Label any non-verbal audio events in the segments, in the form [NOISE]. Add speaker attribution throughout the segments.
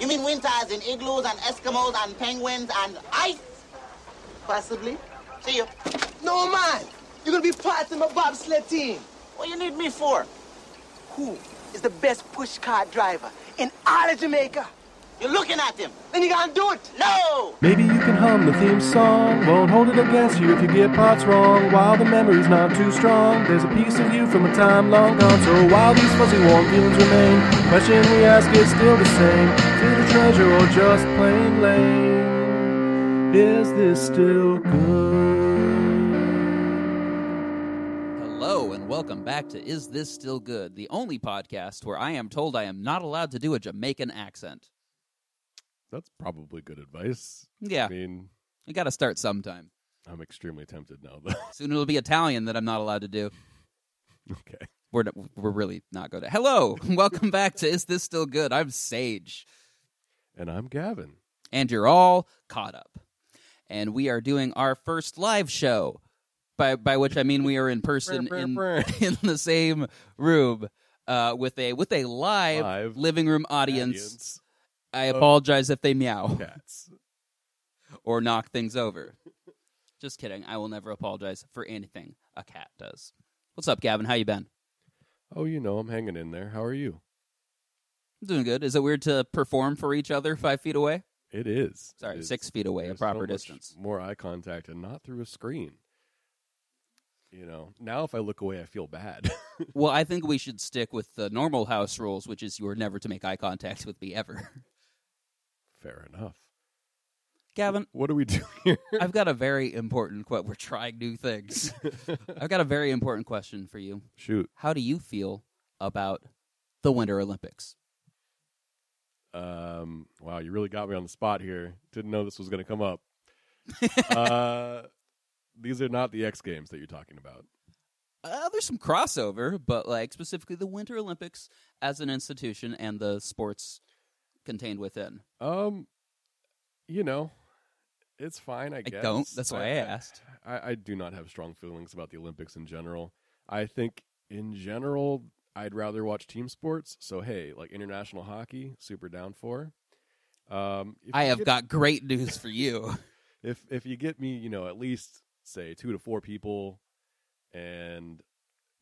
Speaker 1: You mean winter as in igloos and Eskimos and penguins and ice? Possibly. See you.
Speaker 2: No, man. You're going to be part of my bobsled team.
Speaker 1: What you need me for?
Speaker 2: Who is the best push cart driver in all of Jamaica?
Speaker 1: You're looking at him.
Speaker 2: Then you going to do it.
Speaker 1: No!
Speaker 3: Maybe you can hum the theme song. Won't hold it against you if you get parts wrong. While the memory's not too strong, there's a piece of you from a time long gone. So while these fuzzy warm feelings remain, question we ask is still the same: Is it treasure or just plain lame? Is this still good?
Speaker 4: Hello and welcome back to Is This Still Good, the only podcast where I am told I am not allowed to do a Jamaican accent.
Speaker 5: That's probably good advice.
Speaker 4: Yeah,
Speaker 5: I mean,
Speaker 4: we got to start sometime.
Speaker 5: I'm extremely tempted now, though. [LAUGHS]
Speaker 4: Soon it'll be Italian that I'm not allowed to do.
Speaker 5: okay.
Speaker 4: We're n- we're really not good at. Hello, [LAUGHS] and welcome back to Is This Still Good? I'm Sage,
Speaker 5: And I'm Gavin.
Speaker 4: and you're all caught up. And we are doing our first live show, by by which I mean we are in person
Speaker 5: Brr, brr,
Speaker 4: in
Speaker 5: brr.
Speaker 4: [LAUGHS] in the same room uh, with a with a live,
Speaker 5: Live
Speaker 4: living room audience.
Speaker 5: Audience.
Speaker 4: I apologize if they meow
Speaker 5: Cats.
Speaker 4: or knock things over. [LAUGHS] Just kidding. I will never apologize for anything a cat does. What's up, Gavin? How you been?
Speaker 5: Oh, you know, I'm hanging in there. How are you?
Speaker 4: Doing good. Is it weird to perform for each other five feet away?
Speaker 5: It is.
Speaker 4: Sorry,
Speaker 5: It is.
Speaker 4: six feet away, a
Speaker 5: There's so
Speaker 4: proper
Speaker 5: much
Speaker 4: distance. [LAUGHS]
Speaker 5: More eye contact and not through a screen. You know, now if I look away, I feel bad. [LAUGHS]
Speaker 4: Well, I think we should stick with the normal house rules, which is you are never to make eye contact with me ever.
Speaker 5: Fair enough.
Speaker 4: [LAUGHS] Gavin,
Speaker 5: What are we doing [LAUGHS] here?
Speaker 4: I've got a very important question. We're trying new things. [LAUGHS] I've got a very important question for you.
Speaker 5: Shoot.
Speaker 4: How do you feel about the Winter Olympics?
Speaker 5: Um, wow, you really got me on the spot here. Didn't know this was going to come
Speaker 4: [LAUGHS]
Speaker 5: up. uh, these are not the X Games that you're talking about.
Speaker 4: Uh, there's some crossover, but like specifically the Winter Olympics as an institution and the sports contained within.
Speaker 5: Um, you know, it's fine. I,
Speaker 4: I
Speaker 5: guess.
Speaker 4: don't. That's why I asked.
Speaker 5: I, I do not have strong feelings about the Olympics in general. I think in general, I'd rather watch team sports. So hey, like international hockey, super down for. Um, if
Speaker 4: I
Speaker 5: you
Speaker 4: have
Speaker 5: get-
Speaker 4: got great news
Speaker 5: [LAUGHS]
Speaker 4: for you.
Speaker 5: if if you get me, you know, at least say two to four people, and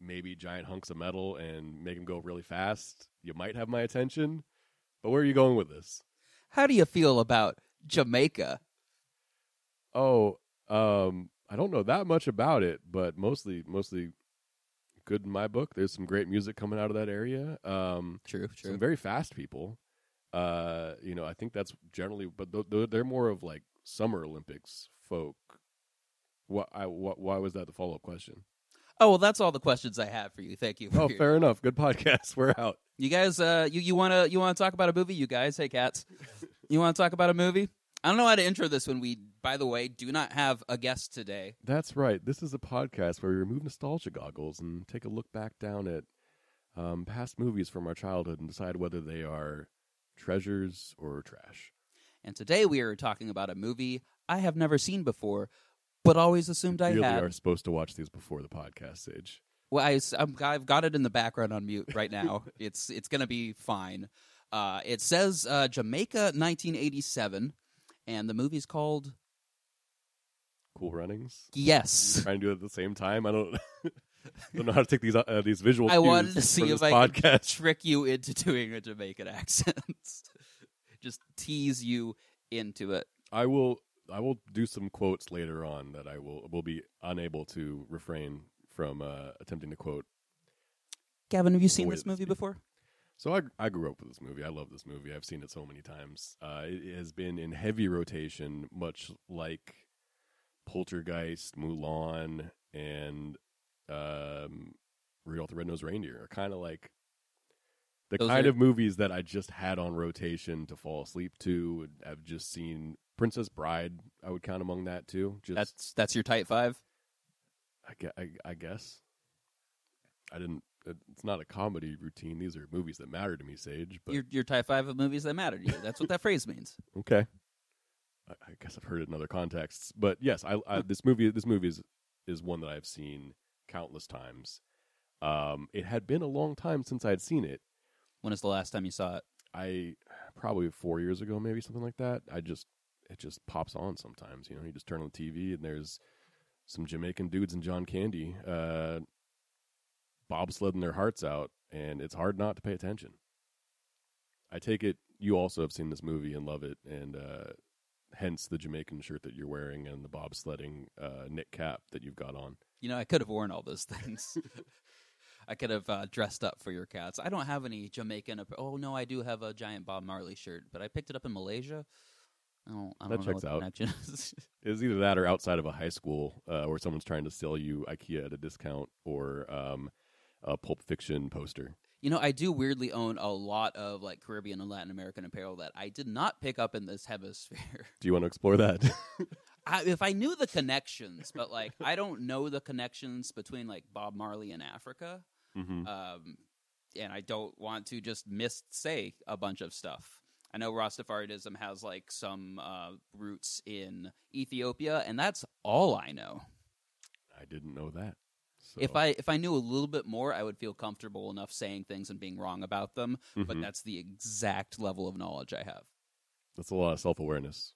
Speaker 5: maybe giant hunks of metal, and make them go really fast, you might have my attention. But where are you going with this?
Speaker 4: How do you feel about Jamaica?
Speaker 5: Oh, um, I don't know that much about it, but mostly, mostly good in my book. There's some great music coming out of that area. Um,
Speaker 4: True,
Speaker 5: some very fast people. Uh, you know, I think that's generally, but th- th- they're more of like summer Olympics folk. What? I, wh- why was that the follow up question?
Speaker 4: Oh well, that's all the questions I have for you. Thank you. for [LAUGHS]
Speaker 5: Oh,
Speaker 4: your-
Speaker 5: fair enough. Good podcast. [LAUGHS] We're out.
Speaker 4: You guys, uh, you you wanna you wanna talk about a movie? You guys, hey cats, you wanna talk about a movie? I don't know how to intro this when we, by the way, do not have a guest today.
Speaker 5: That's right. This is a podcast where we remove nostalgia goggles and take a look back down at um, past movies from our childhood and decide whether they are treasures or trash.
Speaker 4: And today we are talking about a movie I have never seen before, but always assumed I
Speaker 5: really
Speaker 4: had.
Speaker 5: are supposed to watch these before the podcast stage.
Speaker 4: Well, I, have got it in the background on mute right now. it's it's gonna be fine. Uh, it says uh, Jamaica, 1987, and the movie's called
Speaker 5: Cool
Speaker 4: [LAUGHS]
Speaker 5: runnings.
Speaker 4: Yes.
Speaker 5: Trying to do it at the same time. I don't [LAUGHS] don't know how to take these uh, these visual.
Speaker 4: I wanted to
Speaker 5: cues
Speaker 4: see
Speaker 5: for
Speaker 4: if
Speaker 5: this
Speaker 4: I could
Speaker 5: podcast.
Speaker 4: trick you into doing a Jamaican [LAUGHS] accent, just tease you into it.
Speaker 5: I will. I will do some quotes later on that I will will be unable to refrain from uh, attempting to quote.
Speaker 4: Gavin, have you seen
Speaker 5: Way
Speaker 4: this
Speaker 5: to
Speaker 4: movie
Speaker 5: speak.
Speaker 4: before?
Speaker 5: So I I grew up with this movie. I love this movie. I've seen it so many times. Uh, it has been in heavy rotation, much like Poltergeist, Mulan, and um, Rudolph the Red-Nosed Reindeer are kind of like the
Speaker 4: Those
Speaker 5: kind
Speaker 4: are-
Speaker 5: of movies that I just had on rotation to fall asleep to. I've just seen Princess Bride. I would count among that too. Just
Speaker 4: That's that's your tight five.
Speaker 5: I, gue- I, I guess. I didn't. it- It's not a comedy routine. These are movies that matter to me, Sage. But
Speaker 4: Your your tight five of movies that matter to you. That's what that [LAUGHS] phrase means.
Speaker 5: Okay. I, I guess I've heard it in other contexts, but yes, I, I this movie this movie is is one that I've seen countless times. Um, it had been a long time since I'd seen it.
Speaker 4: When is the last time you saw it?
Speaker 5: I probably four years ago, maybe something like that. I just it just pops on sometimes. You know, you just turn on the TV and there's some Jamaican dudes and John Candy uh, bobsledding their hearts out, and it's hard not to pay attention. I take it you also have seen this movie and love it, and uh, hence the Jamaican shirt that you're wearing and the bobsledding uh, knit cap that you've got on.
Speaker 4: You know, I could have worn all those [LAUGHS] things. I could have uh, dressed up for your cats. I don't have any Jamaican. app- Oh no, I do have a giant Bob Marley shirt, but I picked it up in Malaysia. I don't,
Speaker 5: That
Speaker 4: I don't know
Speaker 5: checks
Speaker 4: what the
Speaker 5: out.
Speaker 4: connection is. [LAUGHS]
Speaker 5: It's either that or outside of a high school uh, where someone's trying to sell you IKEA at a discount or um, a Pulp Fiction poster.
Speaker 4: you know, I do weirdly own a lot of like Caribbean and Latin American apparel that I did not pick up in this hemisphere. [LAUGHS]
Speaker 5: Do you want to explore [LAUGHS] that?
Speaker 4: I, if I knew the connections, but like I don't know the connections between like Bob Marley and Africa,
Speaker 5: mm-hmm.
Speaker 4: um, and I don't want to just miss say a bunch of stuff. I know Rastafarianism has like some uh, roots in Ethiopia, and that's all I know.
Speaker 5: I didn't know that. So,
Speaker 4: If I if I knew a little bit more, I would feel comfortable enough saying things and being wrong about them. But
Speaker 5: Mhm.
Speaker 4: that's the exact level of knowledge I have.
Speaker 5: that's a lot of self awareness.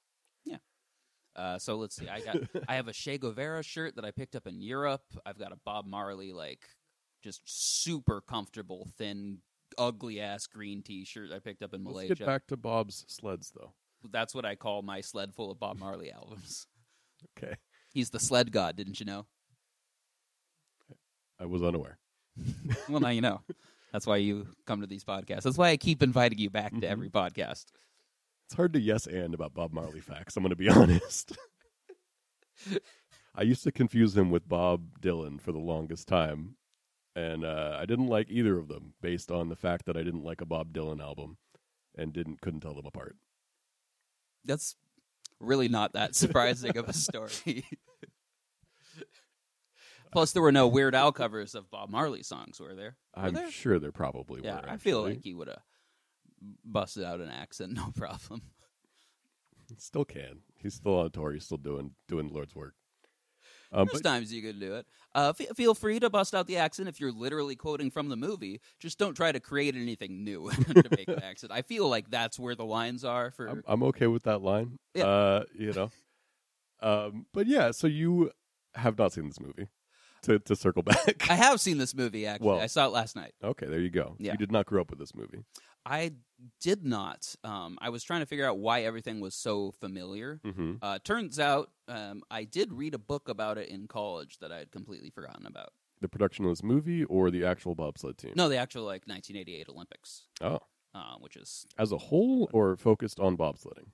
Speaker 4: Uh, so let's see. I got I have a Che Guevara shirt that I picked up in Europe. I've got a Bob Marley like just super comfortable thin ugly ass green t-shirt I picked up in
Speaker 5: Let's
Speaker 4: Malaysia.
Speaker 5: get back to Bob's sleds, though.
Speaker 4: That's what I call my sled full of Bob Marley albums.
Speaker 5: Okay,
Speaker 4: He's the sled god, didn't you know?
Speaker 5: I was unaware.
Speaker 4: Well, now you know. That's why you come to these podcasts. That's why I keep inviting you back to
Speaker 5: Mhm.
Speaker 4: every podcast.
Speaker 5: It's hard to yes and about Bob Marley facts. I'm going to be [LAUGHS] honest. I used to confuse him with Bob Dylan for the longest time, and uh, I didn't like either of them based on the fact that I didn't like a Bob Dylan album and didn't couldn't tell them apart.
Speaker 4: That's really
Speaker 5: [LAUGHS]
Speaker 4: not that surprising of a story. Plus, there were no Weird Al covers of Bob Marley songs, were there? Were
Speaker 5: I'm
Speaker 4: there?
Speaker 5: sure there probably
Speaker 4: Yeah,
Speaker 5: were.
Speaker 4: I feel
Speaker 5: actually.
Speaker 4: like he would have busted out an accent, [LAUGHS] no problem.
Speaker 5: still can. He's still on tour. He's still doing doing the Lord's work. Um,
Speaker 4: There's
Speaker 5: but
Speaker 4: times you could do it. Uh, fe feel free to bust out the accent if you're literally quoting from the movie. Just don't try to create anything new [LAUGHS] to make
Speaker 5: [LAUGHS]
Speaker 4: an accent. I feel like that's where the lines are for.
Speaker 5: I'm, I'm okay with that line.
Speaker 4: Yeah.
Speaker 5: Uh, you know. um, but yeah, so you have not seen this movie. To to circle [LAUGHS] back.
Speaker 4: I have seen this movie actually.
Speaker 5: Well-
Speaker 4: I saw it last night.
Speaker 5: Okay, there you go.
Speaker 4: Yeah.
Speaker 5: You did not grow up with this movie.
Speaker 4: I did not. Um, I was trying to figure out why everything was so familiar.
Speaker 5: Mm-hmm.
Speaker 4: Uh, turns out um, I did read a book about it in college that I had completely forgotten about.
Speaker 5: The production of this movie or the actual bobsled team?
Speaker 4: No, the actual like 1988 Olympics,
Speaker 5: Oh,
Speaker 4: uh, which is
Speaker 5: as a whole or focused on bobsledding?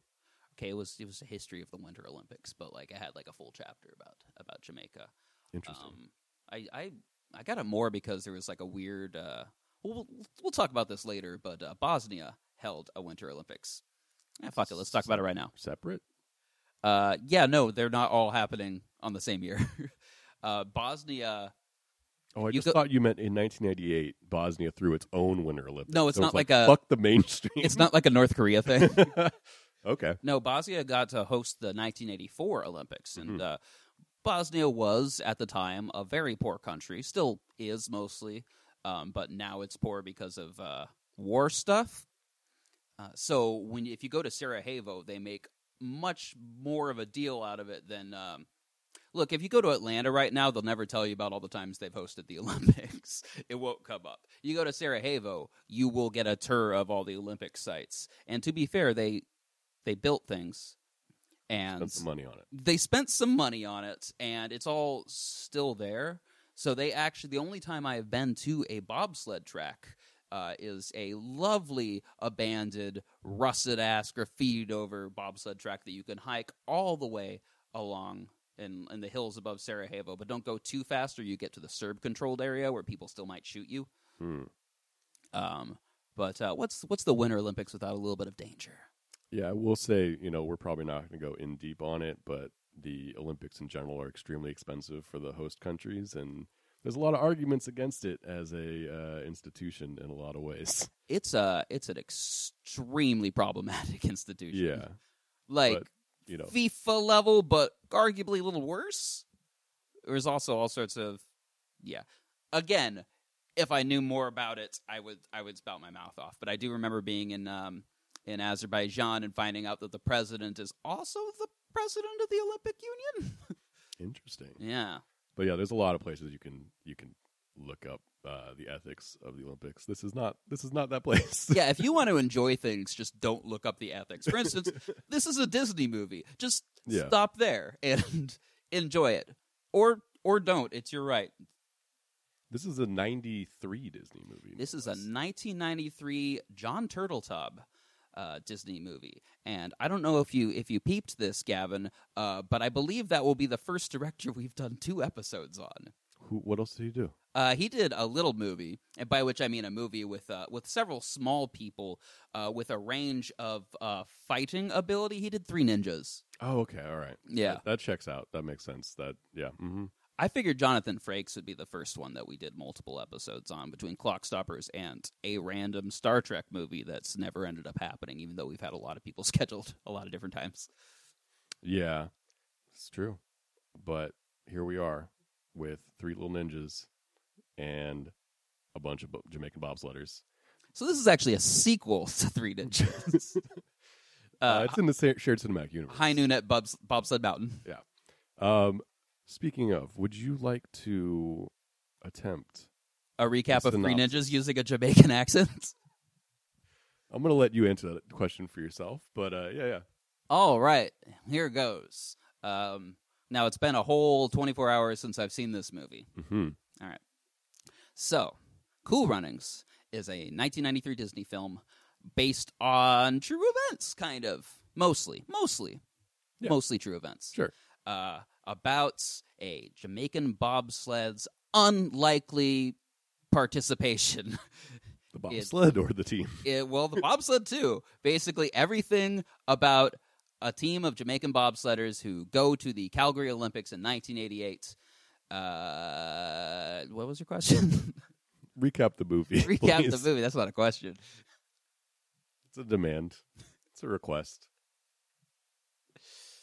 Speaker 4: okay. It was it was a history of the Winter Olympics, but like I had like a full chapter about about Jamaica.
Speaker 5: Interesting.
Speaker 4: Um, I I I got it more because there was like a weird. Uh, we'll we'll talk about this later, but uh, Bosnia held a Winter Olympics. Ah, fuck it, let's talk about it right now.
Speaker 5: Separate?
Speaker 4: Uh, yeah, no, they're not all happening on the same year. [LAUGHS] uh, Bosnia.
Speaker 5: Oh, I
Speaker 4: You
Speaker 5: just
Speaker 4: go-
Speaker 5: thought you meant in 1998, Bosnia threw its own Winter Olympics.
Speaker 4: No, it's
Speaker 5: So
Speaker 4: not
Speaker 5: like,
Speaker 4: like a-
Speaker 5: fuck the mainstream.
Speaker 4: It's not like a North Korea thing.
Speaker 5: [LAUGHS] okay.
Speaker 4: No, Bosnia got to host the 1984 Olympics, and uh, Bosnia was at the time a very poor country, still is mostly, um, but now it's poor because of uh, war stuff. Uh, so when if you go to Sarajevo, they make much more of a deal out of it than. Um, Look, if you go to Atlanta right now, they'll never tell you about all the times they've hosted the [LAUGHS] Olympics. It won't come up. You go to Sarajevo, you will get a tour of all the Olympic sites. And to be fair, they they built things and
Speaker 5: Spent some money on it.
Speaker 4: they spent some money on it and it's all still there so they actually the only time i have been to a bobsled track uh, is a lovely abandoned russet ass graffitied over bobsled track that you can hike all the way along in, in the hills above sarajevo but don't go too fast or you get to the serb controlled area where people still might shoot you
Speaker 5: Hmm.
Speaker 4: um, but uh, what's what's the winter olympics without a little bit of danger
Speaker 5: Yeah, I will say, you know, we're probably not going to go in deep on it, but the Olympics in general are extremely expensive for the host countries, and there's a lot of arguments against it as a uh, institution in a lot of ways. [LAUGHS]
Speaker 4: it's a it's an extremely problematic [LAUGHS] institution.
Speaker 5: Yeah,
Speaker 4: like
Speaker 5: but, you know,
Speaker 4: FIFA level, but arguably a little worse. There's also all sorts of yeah. Again, if I knew more about it, I would I would spout my mouth off. But I do remember being in um, in Azerbaijan and finding out that the president is also the president of the Olympic Union.
Speaker 5: Interesting.
Speaker 4: yeah.
Speaker 5: But yeah, there's a lot of places you can you can look up uh, the ethics of the Olympics. This is not this is not that [LAUGHS] place.
Speaker 4: Yeah, if you want to enjoy things, just don't look up the ethics. For
Speaker 5: [LAUGHS]
Speaker 4: instance, this is a Disney movie. Just
Speaker 5: Yeah.
Speaker 4: stop there and [LAUGHS] enjoy it. Or or don't. It's your right.
Speaker 5: this is a '93 Disney movie.
Speaker 4: This is a 1993 John Turtletub uh, Disney movie, and I don't know if you if you peeped this, Gavin, uh, but I believe that will be the first director [LAUGHS] we've done two episodes on.
Speaker 5: Who, what else did he do?
Speaker 4: Uh, he did a little movie, and by which I mean a movie with uh, with several small people uh, with a range of uh, fighting ability. He did Three Ninjas.
Speaker 5: Oh, okay, all right.
Speaker 4: Yeah.
Speaker 5: that, that checks out. That makes sense. That yeah. Mm-hmm.
Speaker 4: I figured Jonathan Frakes would be the first one that we did multiple episodes on between Clockstoppers and a random Star Trek movie that's never ended up happening, even though we've had a lot of people [LAUGHS] scheduled a lot of different times.
Speaker 5: Yeah, it's true. But here we are with three little ninjas and a bunch of bo- Jamaican bobsledders.
Speaker 4: So this is actually a sequel to Three Ninjas.
Speaker 5: [LAUGHS] Uh,
Speaker 4: uh,
Speaker 5: it's in the sa- shared cinematic universe.
Speaker 4: High Noon at Bob's, Bobsled Mountain.
Speaker 5: Um, speaking of, would you like to attempt?
Speaker 4: A recap
Speaker 5: That's
Speaker 4: of Three
Speaker 5: enough.
Speaker 4: Ninjas using a Jamaican [LAUGHS] accent.
Speaker 5: I'm going to let you answer that question for yourself. But uh, yeah, yeah.
Speaker 4: All right, here goes. Um, now it's been a whole 24 hours since I've seen this movie.
Speaker 5: Mm-hmm.
Speaker 4: All right. So, Cool Runnings is a 1993 Disney film based on true events, kind of. Mostly. Mostly.
Speaker 5: Yeah.
Speaker 4: Mostly true events.
Speaker 5: Sure.
Speaker 4: Uh, about a Jamaican bobsled's unlikely participation. [LAUGHS]
Speaker 5: The
Speaker 4: It-
Speaker 5: bobsled or the team. [LAUGHS]
Speaker 4: it, well, the bobsled too. Basically, everything about a team of Jamaican bobsledders who go to the Calgary Olympics in 1988. Uh, what was your question? [LAUGHS]
Speaker 5: Recap the movie.
Speaker 4: Recap
Speaker 5: please.
Speaker 4: the movie. That's not a question.
Speaker 5: It's a demand. It's a request.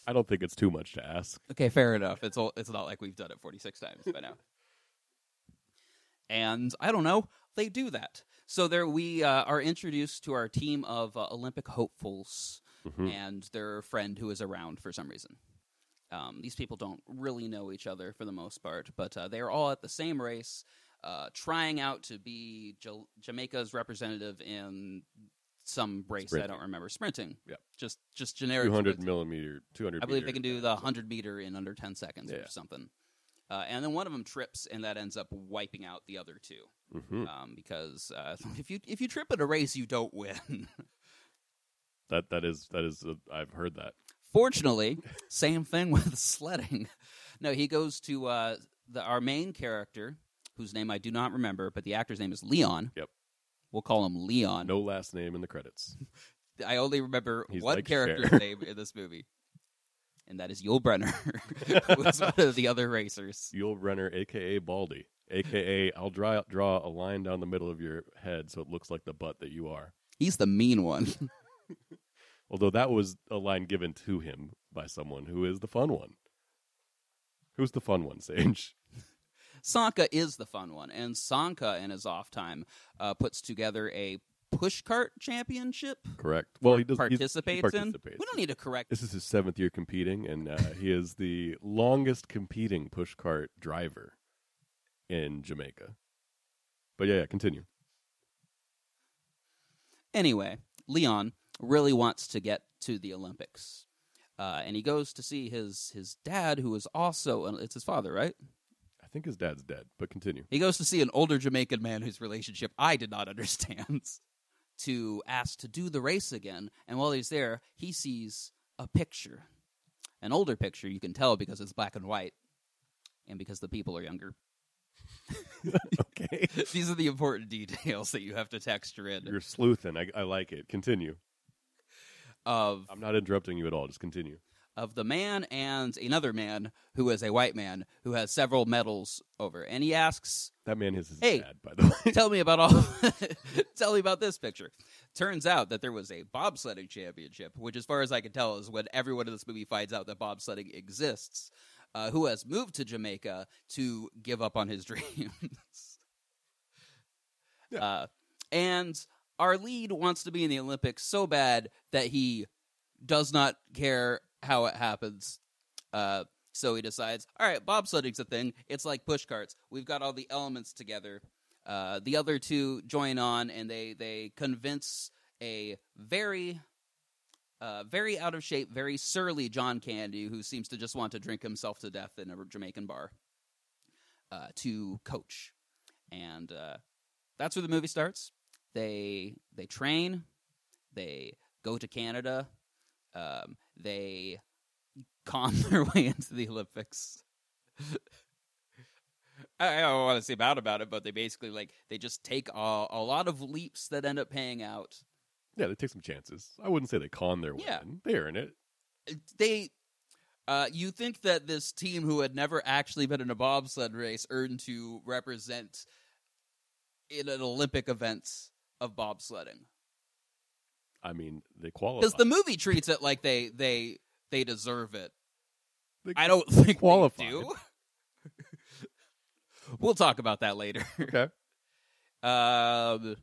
Speaker 5: I don't think it's too much to ask.
Speaker 4: Okay, fair enough. It's all, it's not like we've done it 46 times by now. [LAUGHS] and I don't know, they do that. So there we uh, are introduced to our team of uh, Olympic hopefuls
Speaker 5: Hmm. Mm-hmm.
Speaker 4: and their friend who is around for some reason. Um, these people don't really know each other for the most part, but uh, they are all at the same race, uh, trying out to be Ja- Jamaica's representative in some race I
Speaker 5: Sprinting.
Speaker 4: don't remember. Sprinting,
Speaker 5: Yep.
Speaker 4: just just generic.
Speaker 5: 200
Speaker 4: sprinting.
Speaker 5: millimeter, 200
Speaker 4: I believe
Speaker 5: meter.
Speaker 4: they can do the 100 meter in under 10 seconds
Speaker 5: Yeah.
Speaker 4: or something. Uh, and then one of them trips, and that ends up wiping out the other two.
Speaker 5: Mhm.
Speaker 4: Um, because uh, [LAUGHS] if you if you trip in a race, you don't win. [LAUGHS]
Speaker 5: That that is that is uh, I've heard that.
Speaker 4: Fortunately, same thing with [LAUGHS] sledding. No, he goes to uh, the, our main character, whose name I do not remember, but the actor's name is Leon.
Speaker 5: Yep.
Speaker 4: We'll call him Leon.
Speaker 5: No last name in the credits.
Speaker 4: I only remember
Speaker 5: He's
Speaker 4: one
Speaker 5: like
Speaker 4: character's
Speaker 5: Cher.
Speaker 4: name in this movie, and that is Yul Brenner, [LAUGHS] who is one of the other racers.
Speaker 5: [LAUGHS] Yul Renner, aka Baldy, aka I'll draw draw a line down the middle of your head so it looks like the butt that you are.
Speaker 4: He's the mean one.
Speaker 5: Although that was a line given to him by someone who is the fun one. Who's the fun one, Sage?
Speaker 4: Sanka is the fun one, and Sanka in his off time uh, puts together a pushcart championship.
Speaker 5: [LAUGHS] Correct. Well, he does he's- he
Speaker 4: participates, in.
Speaker 5: participates.
Speaker 4: We don't e- need to correct.
Speaker 5: This is his seventh year competing, and uh, he is the longest competing pushcart driver in Jamaica. But yeah, yeah continue.
Speaker 4: Anyway, Leon really wants to get to the Olympics, uh, and he goes to see his his dad, who is also uh, it's his father, right?
Speaker 5: I think his dad's dead, but continue.
Speaker 4: He goes to see an older Jamaican man whose relationship I did not [LAUGHS] understand to ask to do the race again. And while he's there, he sees a picture. An older picture, you can tell because it's black and white and because the people are younger.
Speaker 5: [LAUGHS]
Speaker 4: [LAUGHS]
Speaker 5: Okay.
Speaker 4: These are the important [LAUGHS] details that you have to texture in
Speaker 5: You're sleuthing. I, I like it. Continue.
Speaker 4: of
Speaker 5: I'm not interrupting you at all. Just continue.
Speaker 4: of the man and another man who is a white man who has several medals over. And he asks
Speaker 5: That man is his
Speaker 4: Hey.
Speaker 5: dad, by the [LAUGHS] way.
Speaker 4: tell me about all [LAUGHS] tell me about this picture turns out that there was a bobsledding championship which as far as i can tell is when everyone in this movie finds out that bobsledding exists uh, who has moved to jamaica to [LAUGHS] give up on his dreams uh, and our lead wants to be in the Olympics so bad that he does not care how it happens. Uh, so he decides, all right, bobsledding's a thing. It's like push carts. We've got all the elements together. Uh, the other two join on, and they they convince a very uh, very out of shape, very surly John Candy, who seems to just want to drink himself to death in a Jamaican bar, uh, to coach, and uh, that's where the movie starts. They they train, they go to Canada, um, they con [LAUGHS] their way into the Olympics. I I don't want to say bad about it, but they basically like they just take a, a lot of leaps that end up paying out.
Speaker 5: Yeah, they take some chances. I wouldn't say they con their way
Speaker 4: Yeah.
Speaker 5: in. They're in it.
Speaker 4: they uh, you think that this team who had never actually been in a bobsled race earned to represent in an Olympic event of bobsledding
Speaker 5: I mean, they qualify.
Speaker 4: because the movie treats it like they they they deserve it.
Speaker 5: They
Speaker 4: I don't [LAUGHS] think
Speaker 5: qualified.
Speaker 4: they do. we'll talk about that later.
Speaker 5: Okay.
Speaker 4: Um,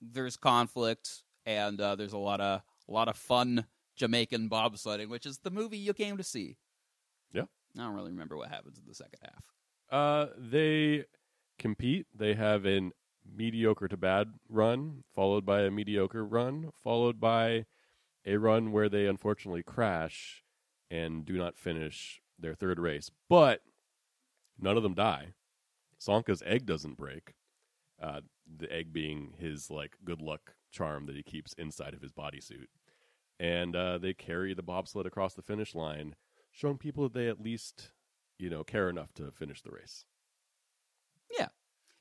Speaker 4: there's conflict and uh, there's a lot of a lot of fun Jamaican bobsledding, which is the movie you came to see.
Speaker 5: Yeah.
Speaker 4: I don't really remember what happens in the second half.
Speaker 5: Uh, they compete. They have an mediocre to bad run, followed by a mediocre run, followed by a run where they unfortunately crash and do not finish their third race. But none of them die. Sonka's egg doesn't break. Uh, the egg being his like good luck charm that he keeps inside of his bodysuit. And uh, they carry the bobsled across the finish line, showing people that they at least you know, care enough to finish the race.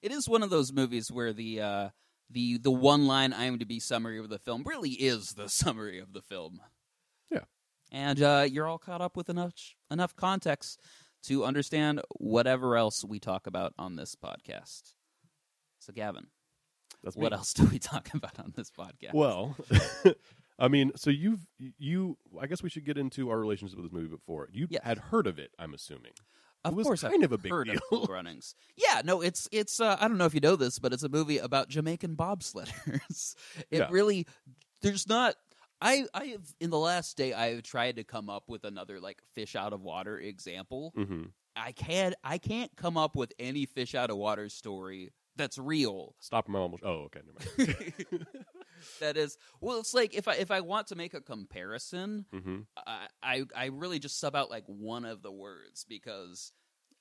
Speaker 4: It is one of those movies where the uh, the the one line IMDb summary of the film really is the [LAUGHS] summary of the film.
Speaker 5: Yeah.
Speaker 4: and uh, you're all caught up with enough enough context to understand whatever else we talk about on this podcast. So, Gavin,
Speaker 5: That's
Speaker 4: what
Speaker 5: me.
Speaker 4: else do we talk [LAUGHS] about on this podcast?
Speaker 5: Well, [LAUGHS] I mean, so you've you. I guess we should get into our relationship with this movie before you
Speaker 4: Yes.
Speaker 5: had heard of it. I'm assuming.
Speaker 4: of
Speaker 5: it was
Speaker 4: course,
Speaker 5: kind
Speaker 4: I've
Speaker 5: of a big
Speaker 4: heard
Speaker 5: deal. [LAUGHS]
Speaker 4: of Cool Runnings. Yeah, no, it's it's. Uh, I don't know if you know this, but it's a movie about Jamaican bobsledders. [LAUGHS] it
Speaker 5: Yeah.
Speaker 4: really, there's not. I I have in the last day I have tried to come up with another like fish out of water example.
Speaker 5: Mm-hmm.
Speaker 4: I can't I can't come up with any fish out of water story that's real
Speaker 5: Stop my almost. Oh, okay. Never
Speaker 4: [LAUGHS]
Speaker 5: mind.
Speaker 4: that is well it's like if i if i want to make a comparison
Speaker 5: mm-hmm.
Speaker 4: I, I I really just sub out like one of the words because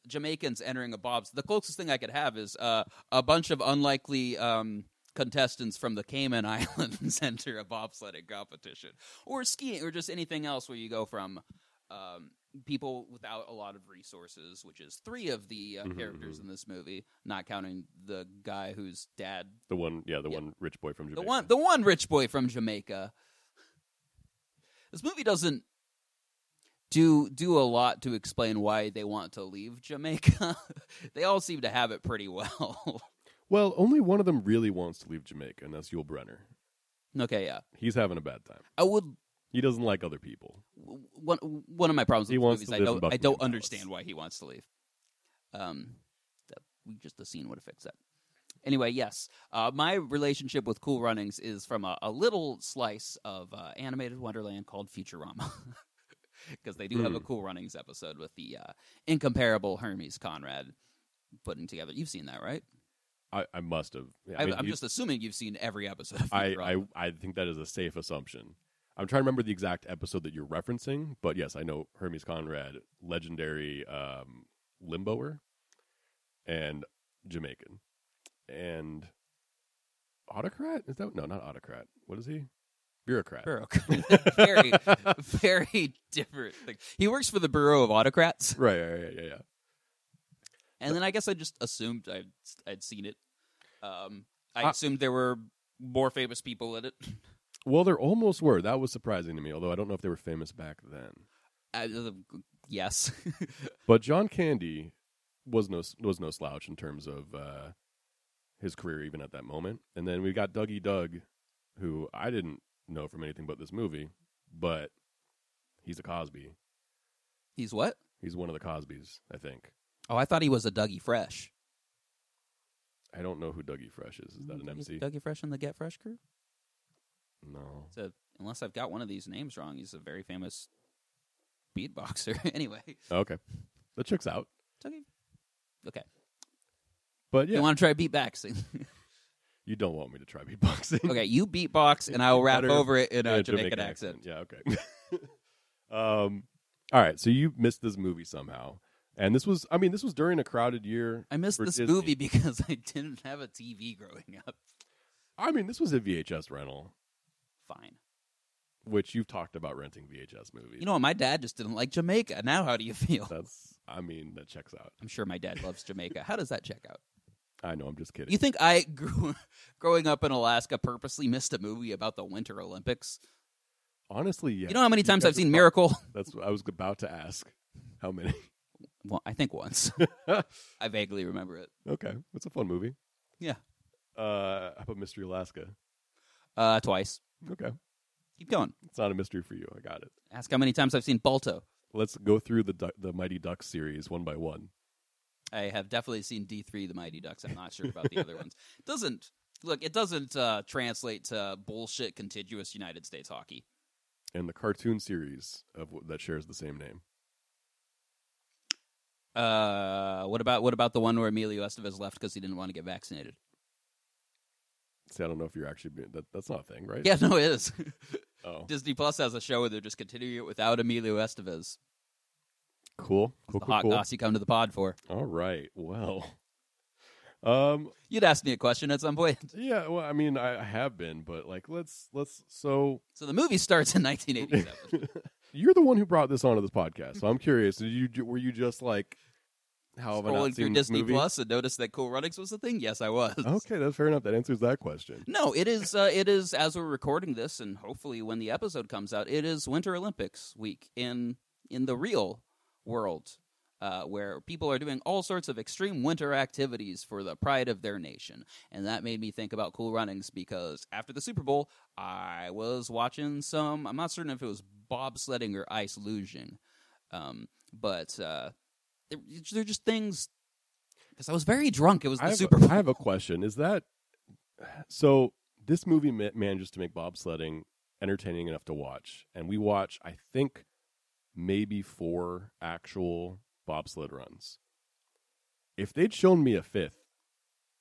Speaker 4: Jamaicans entering a bobs. The closest thing I could have is uh, a bunch of unlikely um, contestants from the Cayman [LAUGHS] Islands enter a bobsledding competition, or skiing, or just anything else where you go from um, people without a lot of resources, which is three of the uh,
Speaker 5: Mhm,
Speaker 4: characters
Speaker 5: mhm.
Speaker 4: in this movie, not counting the guy whose dad
Speaker 5: The one, yeah, the
Speaker 4: Yeah.
Speaker 5: one rich boy from Jamaica.
Speaker 4: the one the one rich boy from Jamaica. This movie doesn't do do a lot to explain why they want to leave Jamaica. [LAUGHS] they all seem to have it pretty well. [LAUGHS]
Speaker 5: Well, only one of them really wants to leave Jamaica, and that's Yul Brenner.
Speaker 4: okay, yeah.
Speaker 5: He's having a bad time.
Speaker 4: I would
Speaker 5: He doesn't like other people.
Speaker 4: w- one one of my problems
Speaker 5: He
Speaker 4: with
Speaker 5: wants
Speaker 4: movies
Speaker 5: to
Speaker 4: I
Speaker 5: live in
Speaker 4: don't I
Speaker 5: Buckingham
Speaker 4: don't
Speaker 5: Palace.
Speaker 4: understand why he wants to leave. Um that, we just the scene would have fixed that. Anyway, yes, uh, my relationship with Cool Runnings is from a, a little slice of uh, animated Wonderland called Futurama, [LAUGHS] because they do have a
Speaker 5: Hmm.
Speaker 4: Cool Runnings episode with the uh, incomparable Hermes Conrad putting together. You've seen that, right?
Speaker 5: I, I must have. Yeah,
Speaker 4: I
Speaker 5: mean,
Speaker 4: am
Speaker 5: you-
Speaker 4: just assuming you've seen every episode. Of
Speaker 5: I,
Speaker 4: Futurama.
Speaker 5: I I think that is a safe assumption. I'm trying to remember the exact episode that you're referencing, but yes, I know Hermes Conrad, legendary um, limboer and Jamaican, and autocrat. Is that no, not autocrat? What is he? Bureaucrat.
Speaker 4: Bureau. [LAUGHS] very, very different thing. He works for the Bureau of Autocrats,
Speaker 5: Right, right, right, yeah, yeah.
Speaker 4: and then I guess I just assumed I'd I'd seen it. Um, I
Speaker 5: Uh,
Speaker 4: assumed there were more famous people in it.
Speaker 5: Well, there almost were. That was surprising to me, although I don't know if they were famous back then.
Speaker 4: I, uh, yes, [LAUGHS]
Speaker 5: But John Candy was no was no slouch in terms of uh, his career, even at that moment. And then we got Dougie Doug, who I didn't know from anything but this movie, but he's a Cosby.
Speaker 4: he's what?
Speaker 5: He's one of the Cosbys, I think.
Speaker 4: Oh, I thought he was a Dougie Fresh.
Speaker 5: I don't know who Dougie Fresh is. Is that an
Speaker 4: Is
Speaker 5: MC?
Speaker 4: Dougie Fresh in the Get Fresh crew?
Speaker 5: No.
Speaker 4: It's a, unless I've got one of these names wrong, he's a very famous beatboxer. [LAUGHS] anyway,
Speaker 5: Okay. That checks out.
Speaker 4: it's okay. Okay.
Speaker 5: But yeah,
Speaker 4: You
Speaker 5: you,
Speaker 4: want to try beatboxing? [LAUGHS]
Speaker 5: don't want me to try beatboxing.
Speaker 4: okay, [LAUGHS] you beatbox, and I will rap
Speaker 5: Better
Speaker 4: over it in
Speaker 5: Yeah,
Speaker 4: a Jamaican, accent.
Speaker 5: Yeah, okay. [LAUGHS] um, all right. So you missed this movie somehow, and this was—I mean, this was during a crowded year.
Speaker 4: I missed
Speaker 5: for
Speaker 4: this
Speaker 5: Disney.
Speaker 4: movie because [LAUGHS] I didn't have a TV growing up.
Speaker 5: I mean, this was a VHS rental,
Speaker 4: Fine.
Speaker 5: which you've talked about renting VHS movies.
Speaker 4: You know what? My dad just didn't like Jamaica. Now, how do you [LAUGHS] feel?
Speaker 5: that's—I mean, that checks out.
Speaker 4: I'm sure my dad loves Jamaica. How does that check out?
Speaker 5: I know. I'm just kidding.
Speaker 4: You think I, grew, [LAUGHS] growing up in Alaska, purposely missed a movie about the Winter Olympics?
Speaker 5: Honestly, yeah.
Speaker 4: You know how many times
Speaker 5: guys
Speaker 4: I've seen
Speaker 5: have-
Speaker 4: Miracle? [LAUGHS]
Speaker 5: That's what I was about to ask. How many? [LAUGHS]
Speaker 4: Well, I think once. I vaguely remember it.
Speaker 5: okay, it's a fun movie.
Speaker 4: Yeah.
Speaker 5: Uh, how about Mystery Alaska?
Speaker 4: Uh, twice.
Speaker 5: Okay,
Speaker 4: Keep going.
Speaker 5: it's not a mystery for you. I got it.
Speaker 4: Ask how many times I've seen Balto.
Speaker 5: Let's go through the Duck- the Mighty Ducks series one by one.
Speaker 4: I have definitely seen D three the Mighty Ducks. I'm not sure about the
Speaker 5: [LAUGHS]
Speaker 4: other ones. Doesn't look it doesn't uh, translate to bullshit contiguous United States hockey.
Speaker 5: and the cartoon series of w- that shares the same name.
Speaker 4: Uh, what about what about the one where Emilio Estevez left because he didn't want to get vaccinated? [LAUGHS]
Speaker 5: See, I don't know if you're actually being, that. That's not a thing, right?
Speaker 4: Yeah, no, it is. [LAUGHS]
Speaker 5: Oh,
Speaker 4: Disney Plus has a show where they're just continuing it without Emilio Estevez.
Speaker 5: cool. Cool.
Speaker 4: the
Speaker 5: cool,
Speaker 4: hot
Speaker 5: cool.
Speaker 4: goss you come to the pod for.
Speaker 5: All right. Well. [LAUGHS] Um.
Speaker 4: You'd ask me a question at some point. [LAUGHS]
Speaker 5: Yeah. Well, I mean, I I have been, but like, let's let's. So
Speaker 4: So the movie starts
Speaker 5: [LAUGHS]
Speaker 4: in 1987.
Speaker 5: you're the one who brought this onto this podcast, so I'm
Speaker 4: Mm-hmm.
Speaker 5: curious. Did you ju- were you just like, how have I Oh, not
Speaker 4: Scrolling
Speaker 5: seen
Speaker 4: through
Speaker 5: this
Speaker 4: Disney
Speaker 5: movie?
Speaker 4: Plus and noticed that Cool Runnings was a thing. Yes, I was.
Speaker 5: Okay, that's fair enough. That answers that question.
Speaker 4: No, it is. Uh, it is as we're recording this, and hopefully when the episode comes out, it is Winter Olympics week in in the real world, uh, where people are doing all sorts of extreme winter activities for the pride of their nation, and that made me think about Cool Runnings because after the Super Bowl, I was watching some. I'm not certain if it was bobsledding or ice lugeing, um, but uh, they're, they're just things. Because I was very drunk. It was
Speaker 5: I
Speaker 4: the
Speaker 5: have,
Speaker 4: Super
Speaker 5: a,
Speaker 4: Bowl.
Speaker 5: I have a question. Is that so? This movie ma- manages to make bobsledding entertaining enough to watch, and we watch, I think, maybe four actual bobsled runs. If they'd shown me a fifth,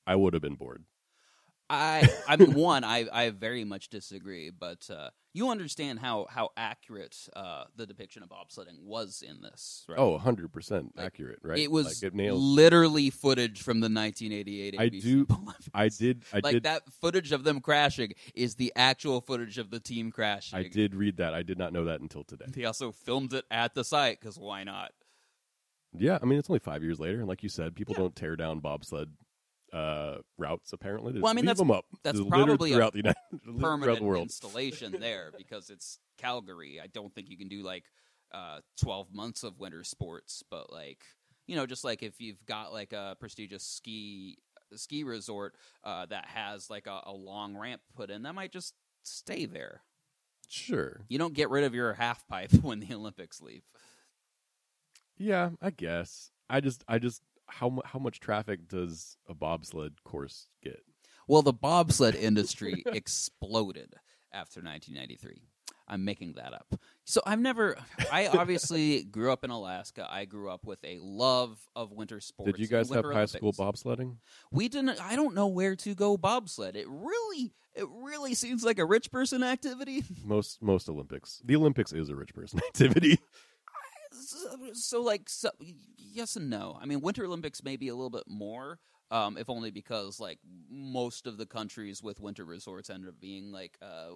Speaker 5: I would have been bored.
Speaker 4: I I
Speaker 5: [LAUGHS]
Speaker 4: mean one I I very much disagree, but uh, you understand how how accurate uh, the depiction of bobsledding was in this, right?
Speaker 5: Oh, 100%
Speaker 4: Like,
Speaker 5: accurate, right?
Speaker 4: It was
Speaker 5: like it nails.
Speaker 4: literally footage from the 1988
Speaker 5: I
Speaker 4: ABC
Speaker 5: do-
Speaker 4: Bowl Olympics.
Speaker 5: I did I
Speaker 4: like
Speaker 5: did
Speaker 4: that footage of them crashing is the actual footage of the team crashing.
Speaker 5: I did read that. I did not know that until today.
Speaker 4: They also filmed it at the site because why not?
Speaker 5: Yeah, I mean it's only five years later, and like you said, people don't tear down bobsled uh, routes. Apparently, they
Speaker 4: Well, I
Speaker 5: just
Speaker 4: mean,
Speaker 5: leave
Speaker 4: that's-
Speaker 5: them up.
Speaker 4: that's
Speaker 5: They're littered
Speaker 4: probably a
Speaker 5: throughout the United, [LAUGHS] throughout
Speaker 4: permanent
Speaker 5: the world.
Speaker 4: installation
Speaker 5: [LAUGHS]
Speaker 4: there because it's Calgary. I don't think you can do like uh, 12 months of winter sports, but like you know, just like if you've got like a prestigious ski ski resort uh, that has like a, a long ramp put in, that might just stay there.
Speaker 5: Sure.
Speaker 4: You don't get rid of your half pipe [LAUGHS] when the Olympics leave.
Speaker 5: Yeah, I guess. I just, I just, how mu- how much traffic does a bobsled course get?
Speaker 4: Well, the
Speaker 5: [LAUGHS]
Speaker 4: bobsled industry exploded after 1993. I'm making that up. So I've never. I
Speaker 5: [LAUGHS]
Speaker 4: obviously grew up in Alaska. I grew up with a love of winter sports.
Speaker 5: Did you
Speaker 4: and
Speaker 5: guys have
Speaker 4: Winter
Speaker 5: high school
Speaker 4: Olympics. [LAUGHS]
Speaker 5: bobsledding?
Speaker 4: We didn't. I don't know where to go bobsled. It really, it really seems like a rich person activity.
Speaker 5: Most most Olympics. The Olympics is a rich person [LAUGHS] activity.
Speaker 4: so, so, like so, yes and no i mean winter olympics may be a little bit more um, if only because like most of the countries with winter resorts end up being like uh,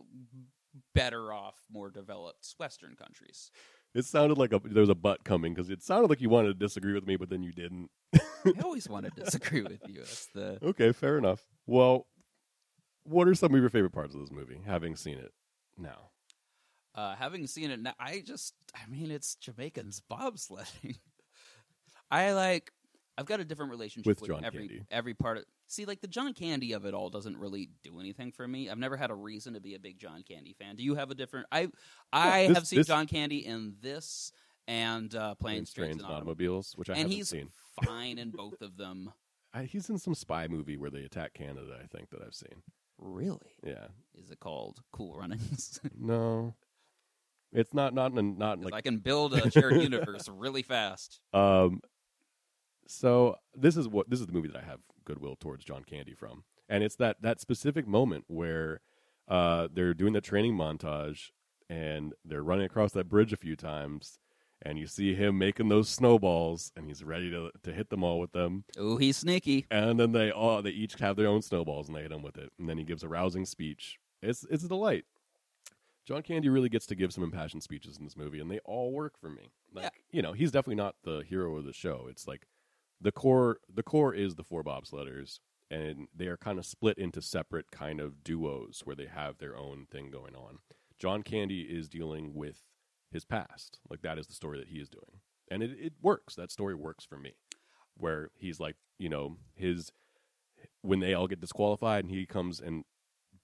Speaker 4: better off more developed western countries
Speaker 5: It sounded like a there was a butt coming because it sounded like you wanted to disagree with me, but then you didn't.
Speaker 4: i always want to disagree with you that's the
Speaker 5: Okay, fair enough. Well, what are some of your favorite parts of this movie? Having seen it now.
Speaker 4: uh, having seen it now, I just, I mean, it's Jamaicans [LAUGHS] bobsledding. I like, I've got a different relationship
Speaker 5: With
Speaker 4: with,
Speaker 5: John
Speaker 4: every,
Speaker 5: Candy.
Speaker 4: every part of, see, like the John Candy of it all doesn't really do anything for me. I've never had a reason to be a big John Candy fan. Do you have a different, I, I
Speaker 5: this-
Speaker 4: have seen
Speaker 5: this-
Speaker 4: John Candy in this and uh, Planes, Trains, and
Speaker 5: automobiles,
Speaker 4: Automobiles.
Speaker 5: which I
Speaker 4: And
Speaker 5: haven't
Speaker 4: he's
Speaker 5: seen. [LAUGHS]
Speaker 4: fine in both of them.
Speaker 5: I, he's in some spy movie where they attack Canada. I think that I've seen.
Speaker 4: Really? [LAUGHS]
Speaker 5: Yeah.
Speaker 4: Is it called Cool Runnings? [LAUGHS] 'Cause
Speaker 5: No. It's not not in- not like
Speaker 4: I can build a
Speaker 5: [LAUGHS]
Speaker 4: shared universe really fast.
Speaker 5: Um, so this is what this is the movie that I have goodwill towards John Candy from, and it's that that specific moment where uh, they're doing the training montage and they're running across that bridge a few times, and you see him making those snowballs, and he's ready to to hit them all with them,
Speaker 4: Oh, he's sneaky.
Speaker 5: and then they all they each have their own snowballs and they hit him with it, and then he gives a rousing speech. It's it's a delight. John Candy really gets to give some impassioned speeches in this movie, and they all work for me. Like you know, he's definitely not the hero of the show. It's like the core the core is the four bobsledders, and they are kind of split into separate kind of duos where they have their own thing going on. John Candy is dealing with his past, like that is the story that he is doing, and it, it works. That story works for me where he's like, you know, his when they all get disqualified and he comes and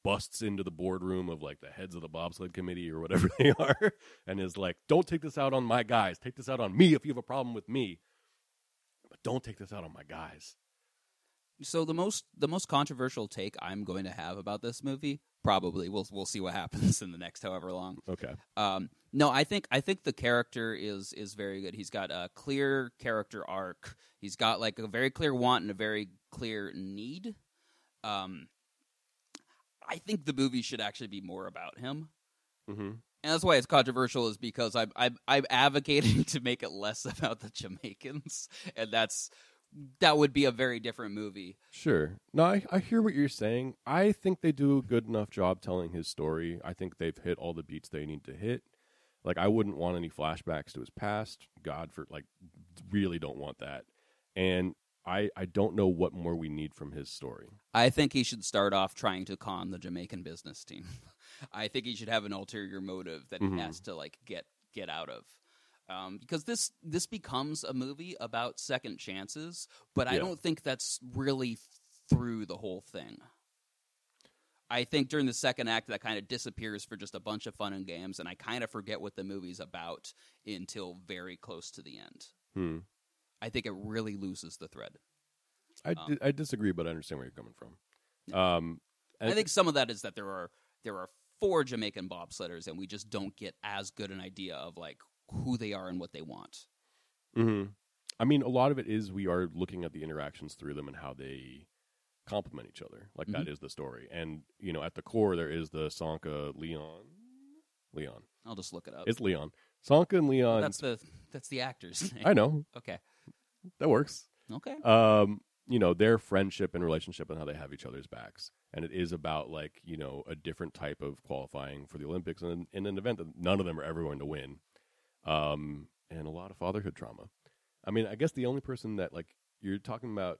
Speaker 5: busts into the boardroom of like the heads of the bobsled committee or whatever [LAUGHS] they are and is like, "Don't take this out on my guys. Take this out on me if you have a problem with me. But don't take this out on my guys."
Speaker 4: So the most the most controversial take I'm going to have about this movie probably we'll we'll see what [LAUGHS] happens in the next however long.
Speaker 5: Okay.
Speaker 4: Um, no, I think I think the character is is very good. He's got a clear character arc. He's got like a very clear want and a very clear need. Um, I think the movie should actually be more about him,
Speaker 5: Mhm.
Speaker 4: and that's why it's controversial. Is because I'm I'm, I'm advocating [LAUGHS] to make it less about the Jamaicans, and that's that would be a very different movie.
Speaker 5: Sure. No, I, I hear what you're saying. I think they do a good enough job telling his story. I think they've hit all the beats they need to hit. Like, I wouldn't want any flashbacks to his past. God, for like, really don't want that. And I, I don't know what more we need from his story.
Speaker 4: I think he should start off trying to con the Jamaican business team. [LAUGHS] I think he should have an ulterior motive that
Speaker 5: Mhm.
Speaker 4: he has to like get get out of. Um, because this this becomes a movie about second chances, but I
Speaker 5: Yeah.
Speaker 4: don't think that's really through the whole thing. I think during the second act that kind of disappears for just a bunch of fun and games, and I kind of forget what the movie's about until very close to the end.
Speaker 5: Hmm.
Speaker 4: I think it really loses the thread.
Speaker 5: I,
Speaker 4: Um,
Speaker 5: di- I disagree, but I understand where you're coming from. Um,
Speaker 4: I think some of that is that there are there are four Jamaican bobsledders, and we just don't get as good an idea of like who they are and what they want.
Speaker 5: hmm I mean, a lot of it is we are looking at the interactions through them and how they complement each other. Like that is the story, and you know, at the core, there is the Sanka Leon, Leon.
Speaker 4: I'll just look it up.
Speaker 5: It's Leon, Sanka and Leon.
Speaker 4: that's the that's
Speaker 5: [LAUGHS]
Speaker 4: the actor's name.
Speaker 5: I know
Speaker 4: Okay,
Speaker 5: that works.
Speaker 4: okay.
Speaker 5: Um, you know, their friendship and relationship and how they have each other's backs, and it is about like you know a different type of qualifying for the Olympics and in an event that none of them are ever going to win. Um, and a lot of fatherhood trauma. I mean, I guess the only person that like you're talking about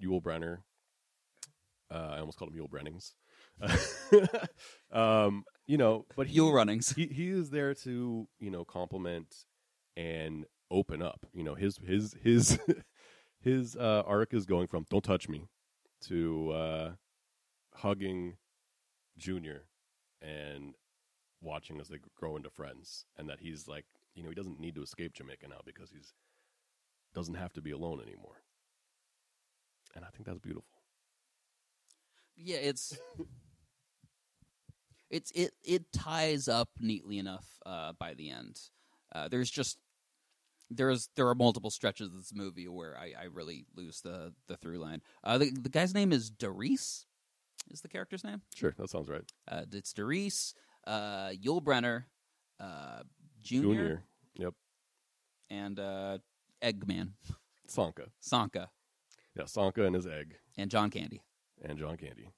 Speaker 5: Yul Brenner. Uh, I almost called him Yul Brennings. [LAUGHS] um, you know, but he,
Speaker 4: Yule
Speaker 5: [LAUGHS]
Speaker 4: Runnings. [LAUGHS]
Speaker 5: he he is there to you know compliment and open up. You know his his his [LAUGHS] his uh, arc is going from "Don't touch me" to uh, hugging Junior and watching as they grow into friends, and that he's like you know he doesn't need to escape Jamaica now because he's doesn't have to be alone anymore. And I think that's beautiful.
Speaker 4: Yeah, it's it's it it ties up neatly enough uh, by the end. Uh, there's just there's there are multiple stretches of this movie where I, I really lose the the through line. Uh, the, the guy's name is Doris. Is the character's name?
Speaker 5: Sure, that sounds right.
Speaker 4: Uh, it's Doris, uh, Yul Brenner, uh, Junior,
Speaker 5: Junior, yep,
Speaker 4: and uh, Eggman,
Speaker 5: Sanka,
Speaker 4: Sanka,
Speaker 5: yeah, Sanka and his egg,
Speaker 4: and John Candy,
Speaker 5: and John Candy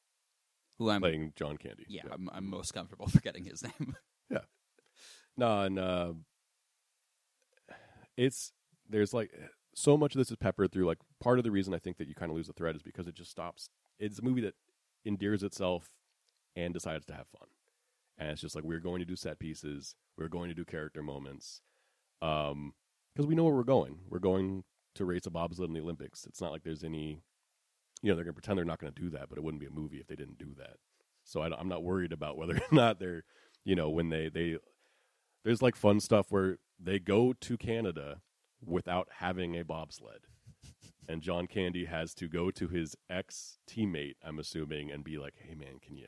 Speaker 4: who I'm
Speaker 5: playing John Candy.
Speaker 4: yeah, I'm, I'm most comfortable [LAUGHS] forgetting his name.
Speaker 5: No, and uh, it's there's like so much of this is peppered through. Like part of the reason I think that you kind of lose the thread is because it just stops. It's a movie that endears itself and decides to have fun, and it's just like we're going to do set pieces, we're going to do character moments, um, because we know where we're going. We're going to race a bobsled in the Olympics. It's not like there's any, you know, they're going to pretend they're not going to do that, but it wouldn't be a movie if they didn't do that. So I, don't- I'm not worried about whether or [LAUGHS] not they're, you know, when they they there's like fun stuff where they go to Canada without having a bobsled. and John Candy has to go to his ex teammate, I'm assuming, and be like, "Hey, man, can you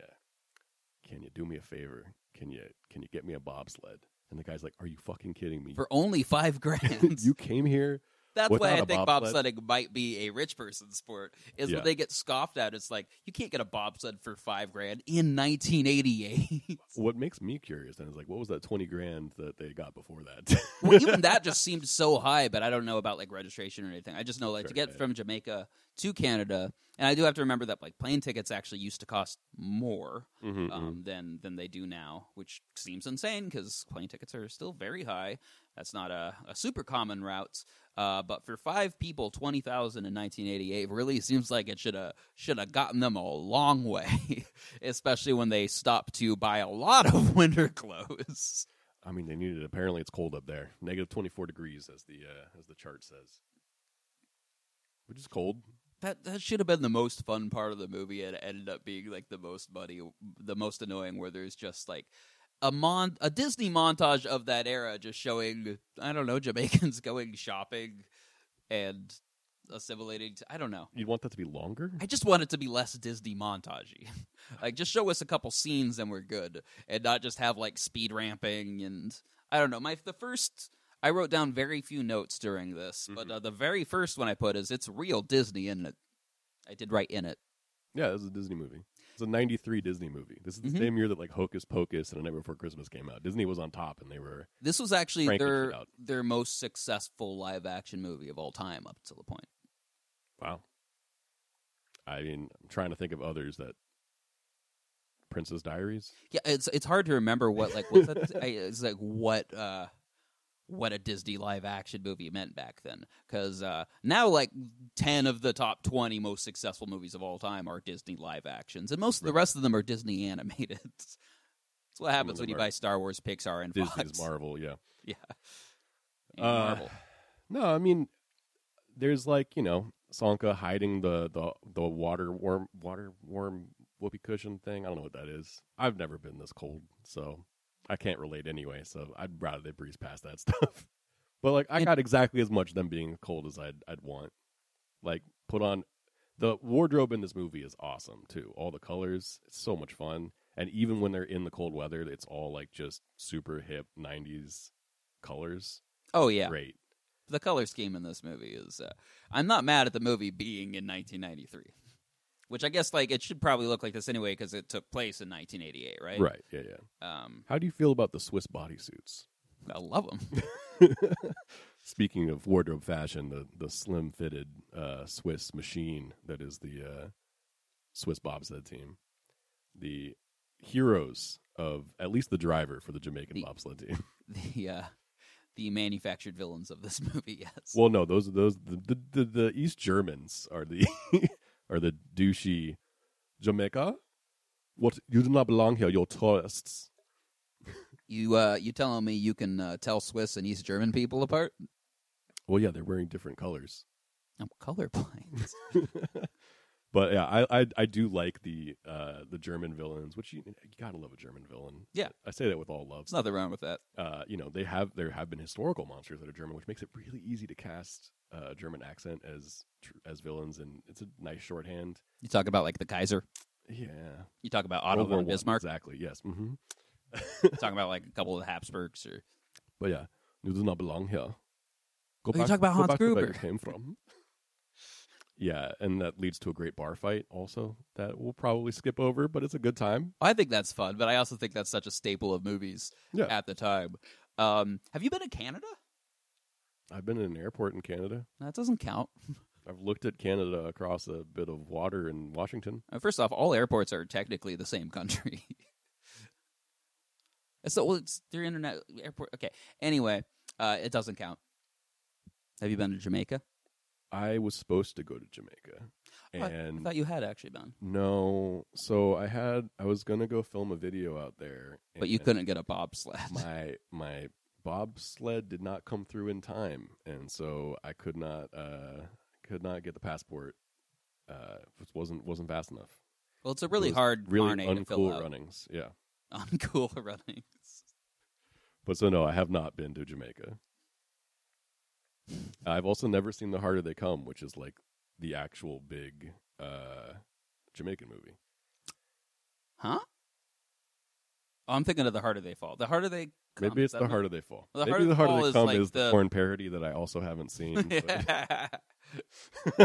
Speaker 5: can you do me a favor? Can you can you get me a bobsled?" And the guy's like, "Are you fucking kidding me?
Speaker 4: for
Speaker 5: [LAUGHS]
Speaker 4: only five grand.
Speaker 5: you came here
Speaker 4: That's why
Speaker 5: without
Speaker 4: I
Speaker 5: a
Speaker 4: think
Speaker 5: bobsled?
Speaker 4: bobsledding might be a rich person sport. Is
Speaker 5: Yeah.
Speaker 4: when they get scoffed at. It's like you can't get a bobsled for five grand in 1988.
Speaker 5: What makes me curious then is like, what was that twenty grand that they got before that?
Speaker 4: well,
Speaker 5: [LAUGHS]
Speaker 4: even that just seemed so high, but I don't know about like registration or anything. I just know like to
Speaker 5: Sure,
Speaker 4: get
Speaker 5: yeah.
Speaker 4: from Jamaica to Canada, and I do have to remember that like plane tickets actually used to cost more
Speaker 5: Mhm,
Speaker 4: um, than than they do now, which seems insane because plane tickets are still very high. That's not a, a super common route. Uh, but for five people, twenty thousand in nineteen eighty eight really seems like it should have should have gotten them a long way, [LAUGHS] especially when they stopped to buy a lot of [LAUGHS] winter clothes.
Speaker 5: I mean, they needed. Apparently, it's cold up there, negative twenty four degrees, as the uh, as the chart says, which is cold.
Speaker 4: That that should have been the most fun part of the movie. It ended up being like the most muddy, the most annoying. Where there's just like a mon a Disney montage of that era, just showing I don't know Jamaicans [LAUGHS] going shopping and assimilating. To, I don't know.
Speaker 5: You'd want that to be longer.
Speaker 4: I just want it to be less Disney montagey. [LAUGHS] like just show us a couple scenes and we're good, and not just have like speed ramping and I don't know. My the first I wrote down very few notes during this, but uh, the very first one I put is it's real Disney in it. I did write in it.
Speaker 5: yeah, this is a Disney movie. It's a '93 Disney movie. This is the
Speaker 4: Mhm.
Speaker 5: same year that like Hocus Pocus and A Night Before Christmas came out. Disney was on top, and they were
Speaker 4: This was actually
Speaker 5: Frank and
Speaker 4: their
Speaker 5: Kid out.
Speaker 4: their most successful live action movie of all time up to the point.
Speaker 5: wow. I mean, I'm trying to think of others that Princess Diaries.
Speaker 4: Yeah, it's it's hard to remember what like what that, I, it's like what uh what a Disney live action movie meant back then cuz uh now like 10 of the top 20 most successful movies of all time are Disney live actions and most of the rest of them are Disney [LAUGHS] animated. That's what happens
Speaker 5: them
Speaker 4: when you
Speaker 5: are
Speaker 4: buy Star Wars, Pixar and
Speaker 5: Disney's
Speaker 4: Fox.
Speaker 5: Marvel. Yeah.
Speaker 4: Yeah. And
Speaker 5: Uh,
Speaker 4: Marvel.
Speaker 5: No, I mean, there's like you know Sanka hiding the the the water warm water warm whoopee cushion thing. I don't know what that is. I've never been this cold, so I can't relate anyway. So I'd rather they breeze past that [LAUGHS] stuff. But like, I
Speaker 4: And-
Speaker 5: got exactly as much of them being cold as I'd I'd want. Like, put on the wardrobe in this movie is awesome too. All the colors, it's so much fun. And even when they're in the cold weather, it's all like just super hip '90s colors.
Speaker 4: Oh yeah.
Speaker 5: Great.
Speaker 4: The color scheme in this movie is uh, I'm not mad at the movie being in 1993. Which I guess like it should probably look like this anyway cuz it took place in 1988, right?
Speaker 5: Right. Yeah. Yeah.
Speaker 4: Um
Speaker 5: How do you feel about the Swiss bodysuits?
Speaker 4: I love them.
Speaker 5: Speaking of wardrobe fashion, the, the slim fitted uh, Swiss machine that is the uh, Swiss bobsled team, the heroes of at least the driver for the Jamaican
Speaker 4: The-
Speaker 5: bobsled team.
Speaker 4: [LAUGHS]
Speaker 5: [LAUGHS]
Speaker 4: the uh the manufactured villains of this [LAUGHS] movie, yes.
Speaker 5: well, no, those those the the, the, the East Germans are the [LAUGHS] are the douchey Jamaica. What you do not belong here. You're tourists.
Speaker 4: you uh you telling me you can uh, tell Swiss and East German people apart?
Speaker 5: Well, yeah, they're wearing different colors.
Speaker 4: I'm colorblind.
Speaker 5: But yeah, I I, I do like the uh, the German villains, which you, you gotta love a German villain.
Speaker 4: Yeah.
Speaker 5: I say that with all love.
Speaker 4: There's nothing wrong with that.
Speaker 5: Uh, you know, they have there have been historical monsters that are German, which makes it really easy to cast uh, German accent as tr- as villains, and it's a nice shorthand.
Speaker 4: You talk about like the Kaiser.
Speaker 5: Yeah,
Speaker 4: You talk about Otto
Speaker 5: World War
Speaker 4: von
Speaker 5: One,
Speaker 4: Bismarck.
Speaker 5: exactly. Yes, hmm
Speaker 4: You talk about like a couple of Habsburgs or
Speaker 5: but yeah, you do not belong here. Go
Speaker 4: you talk about
Speaker 5: go
Speaker 4: Hans
Speaker 5: back to where you
Speaker 4: Gruber.
Speaker 5: came from. [LAUGHS] yeah, and that leads to a great bar fight. Also, that we'll probably skip over, but it's a good time.
Speaker 4: I think that's fun, but I also think that's such a staple of movies
Speaker 5: Yeah.
Speaker 4: at the time. Um, have you been to Canada?
Speaker 5: I've been in an airport in Canada.
Speaker 4: That doesn't count.
Speaker 5: I've looked at Canada across a bit of water in Washington.
Speaker 4: Uh, First off, all airports are technically the same country. [LAUGHS] it's the, well, it's their internet airport. Okay. Anyway, uh, it doesn't count. Have you been to Jamaica?
Speaker 5: I was supposed to go to Jamaica,
Speaker 4: Oh, I- I
Speaker 5: and
Speaker 4: thought you had actually been,
Speaker 5: no, so I had I was gonna go film a video out there,
Speaker 4: but you
Speaker 5: and
Speaker 4: couldn't [LAUGHS] get a bobsled.
Speaker 5: My my bobsled did not come through in time, and so I could not uh could not get the passport. Uh, it wasn't wasn't fast enough.
Speaker 4: [LAUGHS] well, it's a
Speaker 5: It
Speaker 4: really
Speaker 5: was
Speaker 4: hard
Speaker 5: really
Speaker 4: carne to fill
Speaker 5: uncool
Speaker 4: out.
Speaker 5: runnings. Yeah,
Speaker 4: [LAUGHS] Uncool [LAUGHS] running.
Speaker 5: but so no, I have not been to Jamaica. I've also never seen The Harder They Come, which is like the actual big uh, Jamaican movie.
Speaker 4: Huh? Oh, I'm thinking of the harder they fall. The harder they come,
Speaker 5: Maybe it's
Speaker 4: is that
Speaker 5: The
Speaker 4: what- [LAUGHS]
Speaker 5: Harder They Fall.
Speaker 4: Well, The
Speaker 5: Maybe
Speaker 4: Harder
Speaker 5: The
Speaker 4: They
Speaker 5: Harder
Speaker 4: Fall
Speaker 5: They
Speaker 4: is
Speaker 5: Come
Speaker 4: like
Speaker 5: is the
Speaker 4: the-
Speaker 5: porn parody that I also haven't
Speaker 4: [LAUGHS]
Speaker 5: seen. but-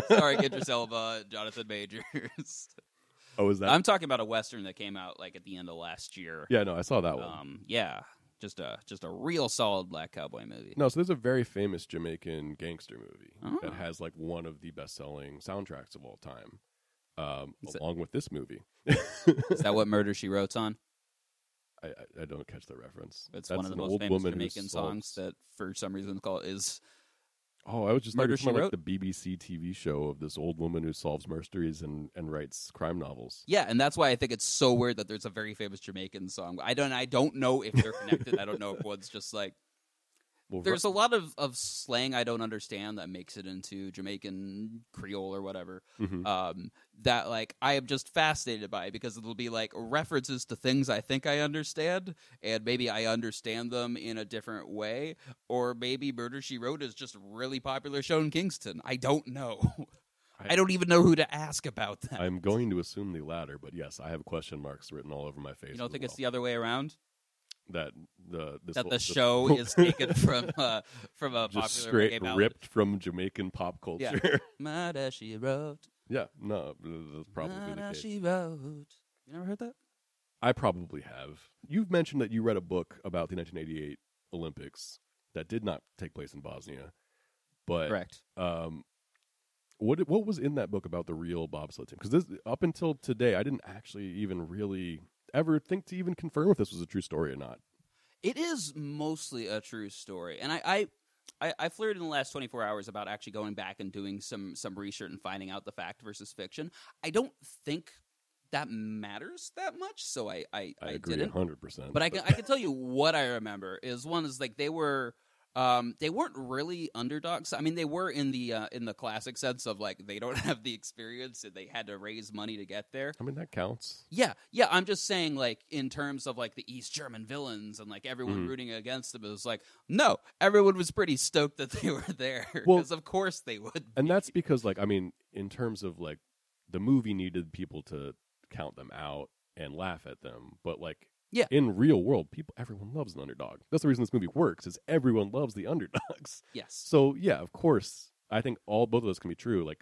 Speaker 4: Sorry, Idris Elba, Jonathan Majors.
Speaker 5: oh, is [LAUGHS] that?
Speaker 4: I'm talking about a western that came out like at the end of last year.
Speaker 5: yeah, no, I saw that one.
Speaker 4: Um, yeah, just a just a real solid black cowboy movie.
Speaker 5: No, so there's a very famous Jamaican gangster movie
Speaker 4: Oh.
Speaker 5: that has like one of the best-selling soundtracks of all time, um,
Speaker 4: Is it-
Speaker 5: along with this movie.
Speaker 4: Is that what Murder She Wrote's on?
Speaker 5: I, I- I don't catch the reference.
Speaker 4: It's
Speaker 5: That's
Speaker 4: one of the
Speaker 5: an
Speaker 4: most
Speaker 5: old
Speaker 4: famous
Speaker 5: woman who
Speaker 4: Jamaican
Speaker 5: sold-
Speaker 4: songs that, for some reason, call is
Speaker 5: Oh, I was just
Speaker 4: Murder,
Speaker 5: Murder
Speaker 4: She
Speaker 5: like
Speaker 4: Wrote?
Speaker 5: the BBC TV show of this old woman who solves mysteries and, and writes crime novels.
Speaker 4: yeah, and that's why I think it's so weird that there's a very famous Jamaican song. I don't I don't know if they're connected. I don't know if one's just
Speaker 5: [LAUGHS]
Speaker 4: like
Speaker 5: Well,
Speaker 4: there's a lot of, of slang I don't understand that makes it into Jamaican Creole or whatever.
Speaker 5: Mhm.
Speaker 4: Um, that like I am just fascinated by because it'll be like references to things I think I understand, and maybe I understand them in a different way, or maybe Murder She Wrote is just a really popular show in Kingston. I don't know.
Speaker 5: I-
Speaker 4: I, don't even know who to ask about that.
Speaker 5: I'm going to assume the latter, but yes, I have question marks written all over my face.
Speaker 4: you don't think it's the other way around
Speaker 5: that the this
Speaker 4: that
Speaker 5: whole-
Speaker 4: the
Speaker 5: this [LAUGHS]
Speaker 4: show
Speaker 5: whole-
Speaker 4: is taken from uh, from a popular
Speaker 5: just straight
Speaker 4: reggae ballad?
Speaker 5: ripped from Jamaican pop culture. [LAUGHS] Yeah,
Speaker 4: Murder She Wrote.
Speaker 5: no, that's probably the
Speaker 4: Murder,
Speaker 5: case.
Speaker 4: She Wrote. You never heard that?
Speaker 5: I probably have. You've mentioned that you read a book about the 1988 Olympics that did not take place in Bosnia, but
Speaker 4: Correct.
Speaker 5: um, what what was in that book about the real bobsled team? Because this up until today, I didn't actually even really ever think to even confirm if this was a true story or not.
Speaker 4: It is mostly a true story, and I. I I, I flirted in the last 24 hours about actually going back and doing some some research and finding out the fact versus fiction. I don't think that matters that much, so I I,
Speaker 5: I,
Speaker 4: I
Speaker 5: agree
Speaker 4: didn't.
Speaker 5: 100. percent
Speaker 4: But I can I can tell you what I remember is one is like they were um they weren't really underdogs. I mean they were in the uh, in the classic sense of like they don't [LAUGHS] have the experience and they had to raise money to get there.
Speaker 5: I mean that counts.
Speaker 4: Yeah, yeah. I'm just saying, like, in terms of like the East German villains and like everyone
Speaker 5: Mhm.
Speaker 4: rooting against them, it was like, no, everyone was pretty stoked that [LAUGHS] they were there because
Speaker 5: Well-
Speaker 4: of course they would.
Speaker 5: and that's because like i mean in terms of like the movie needed people to count them out and laugh at them but like
Speaker 4: Yeah.
Speaker 5: in real world people everyone loves an underdog that's the reason this movie works is everyone loves the underdogs [LAUGHS]
Speaker 4: Yes,
Speaker 5: so yeah of course i think all both of those can be true like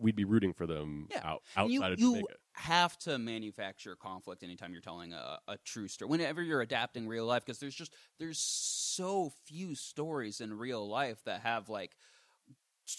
Speaker 5: we'd be rooting for them
Speaker 4: Yeah.
Speaker 5: out
Speaker 4: And
Speaker 5: outside
Speaker 4: you
Speaker 5: of
Speaker 4: you
Speaker 5: jamaica
Speaker 4: have to manufacture conflict anytime you're telling a, a true story. Whenever you're adapting real life, because there's just there's so few stories in real life that have like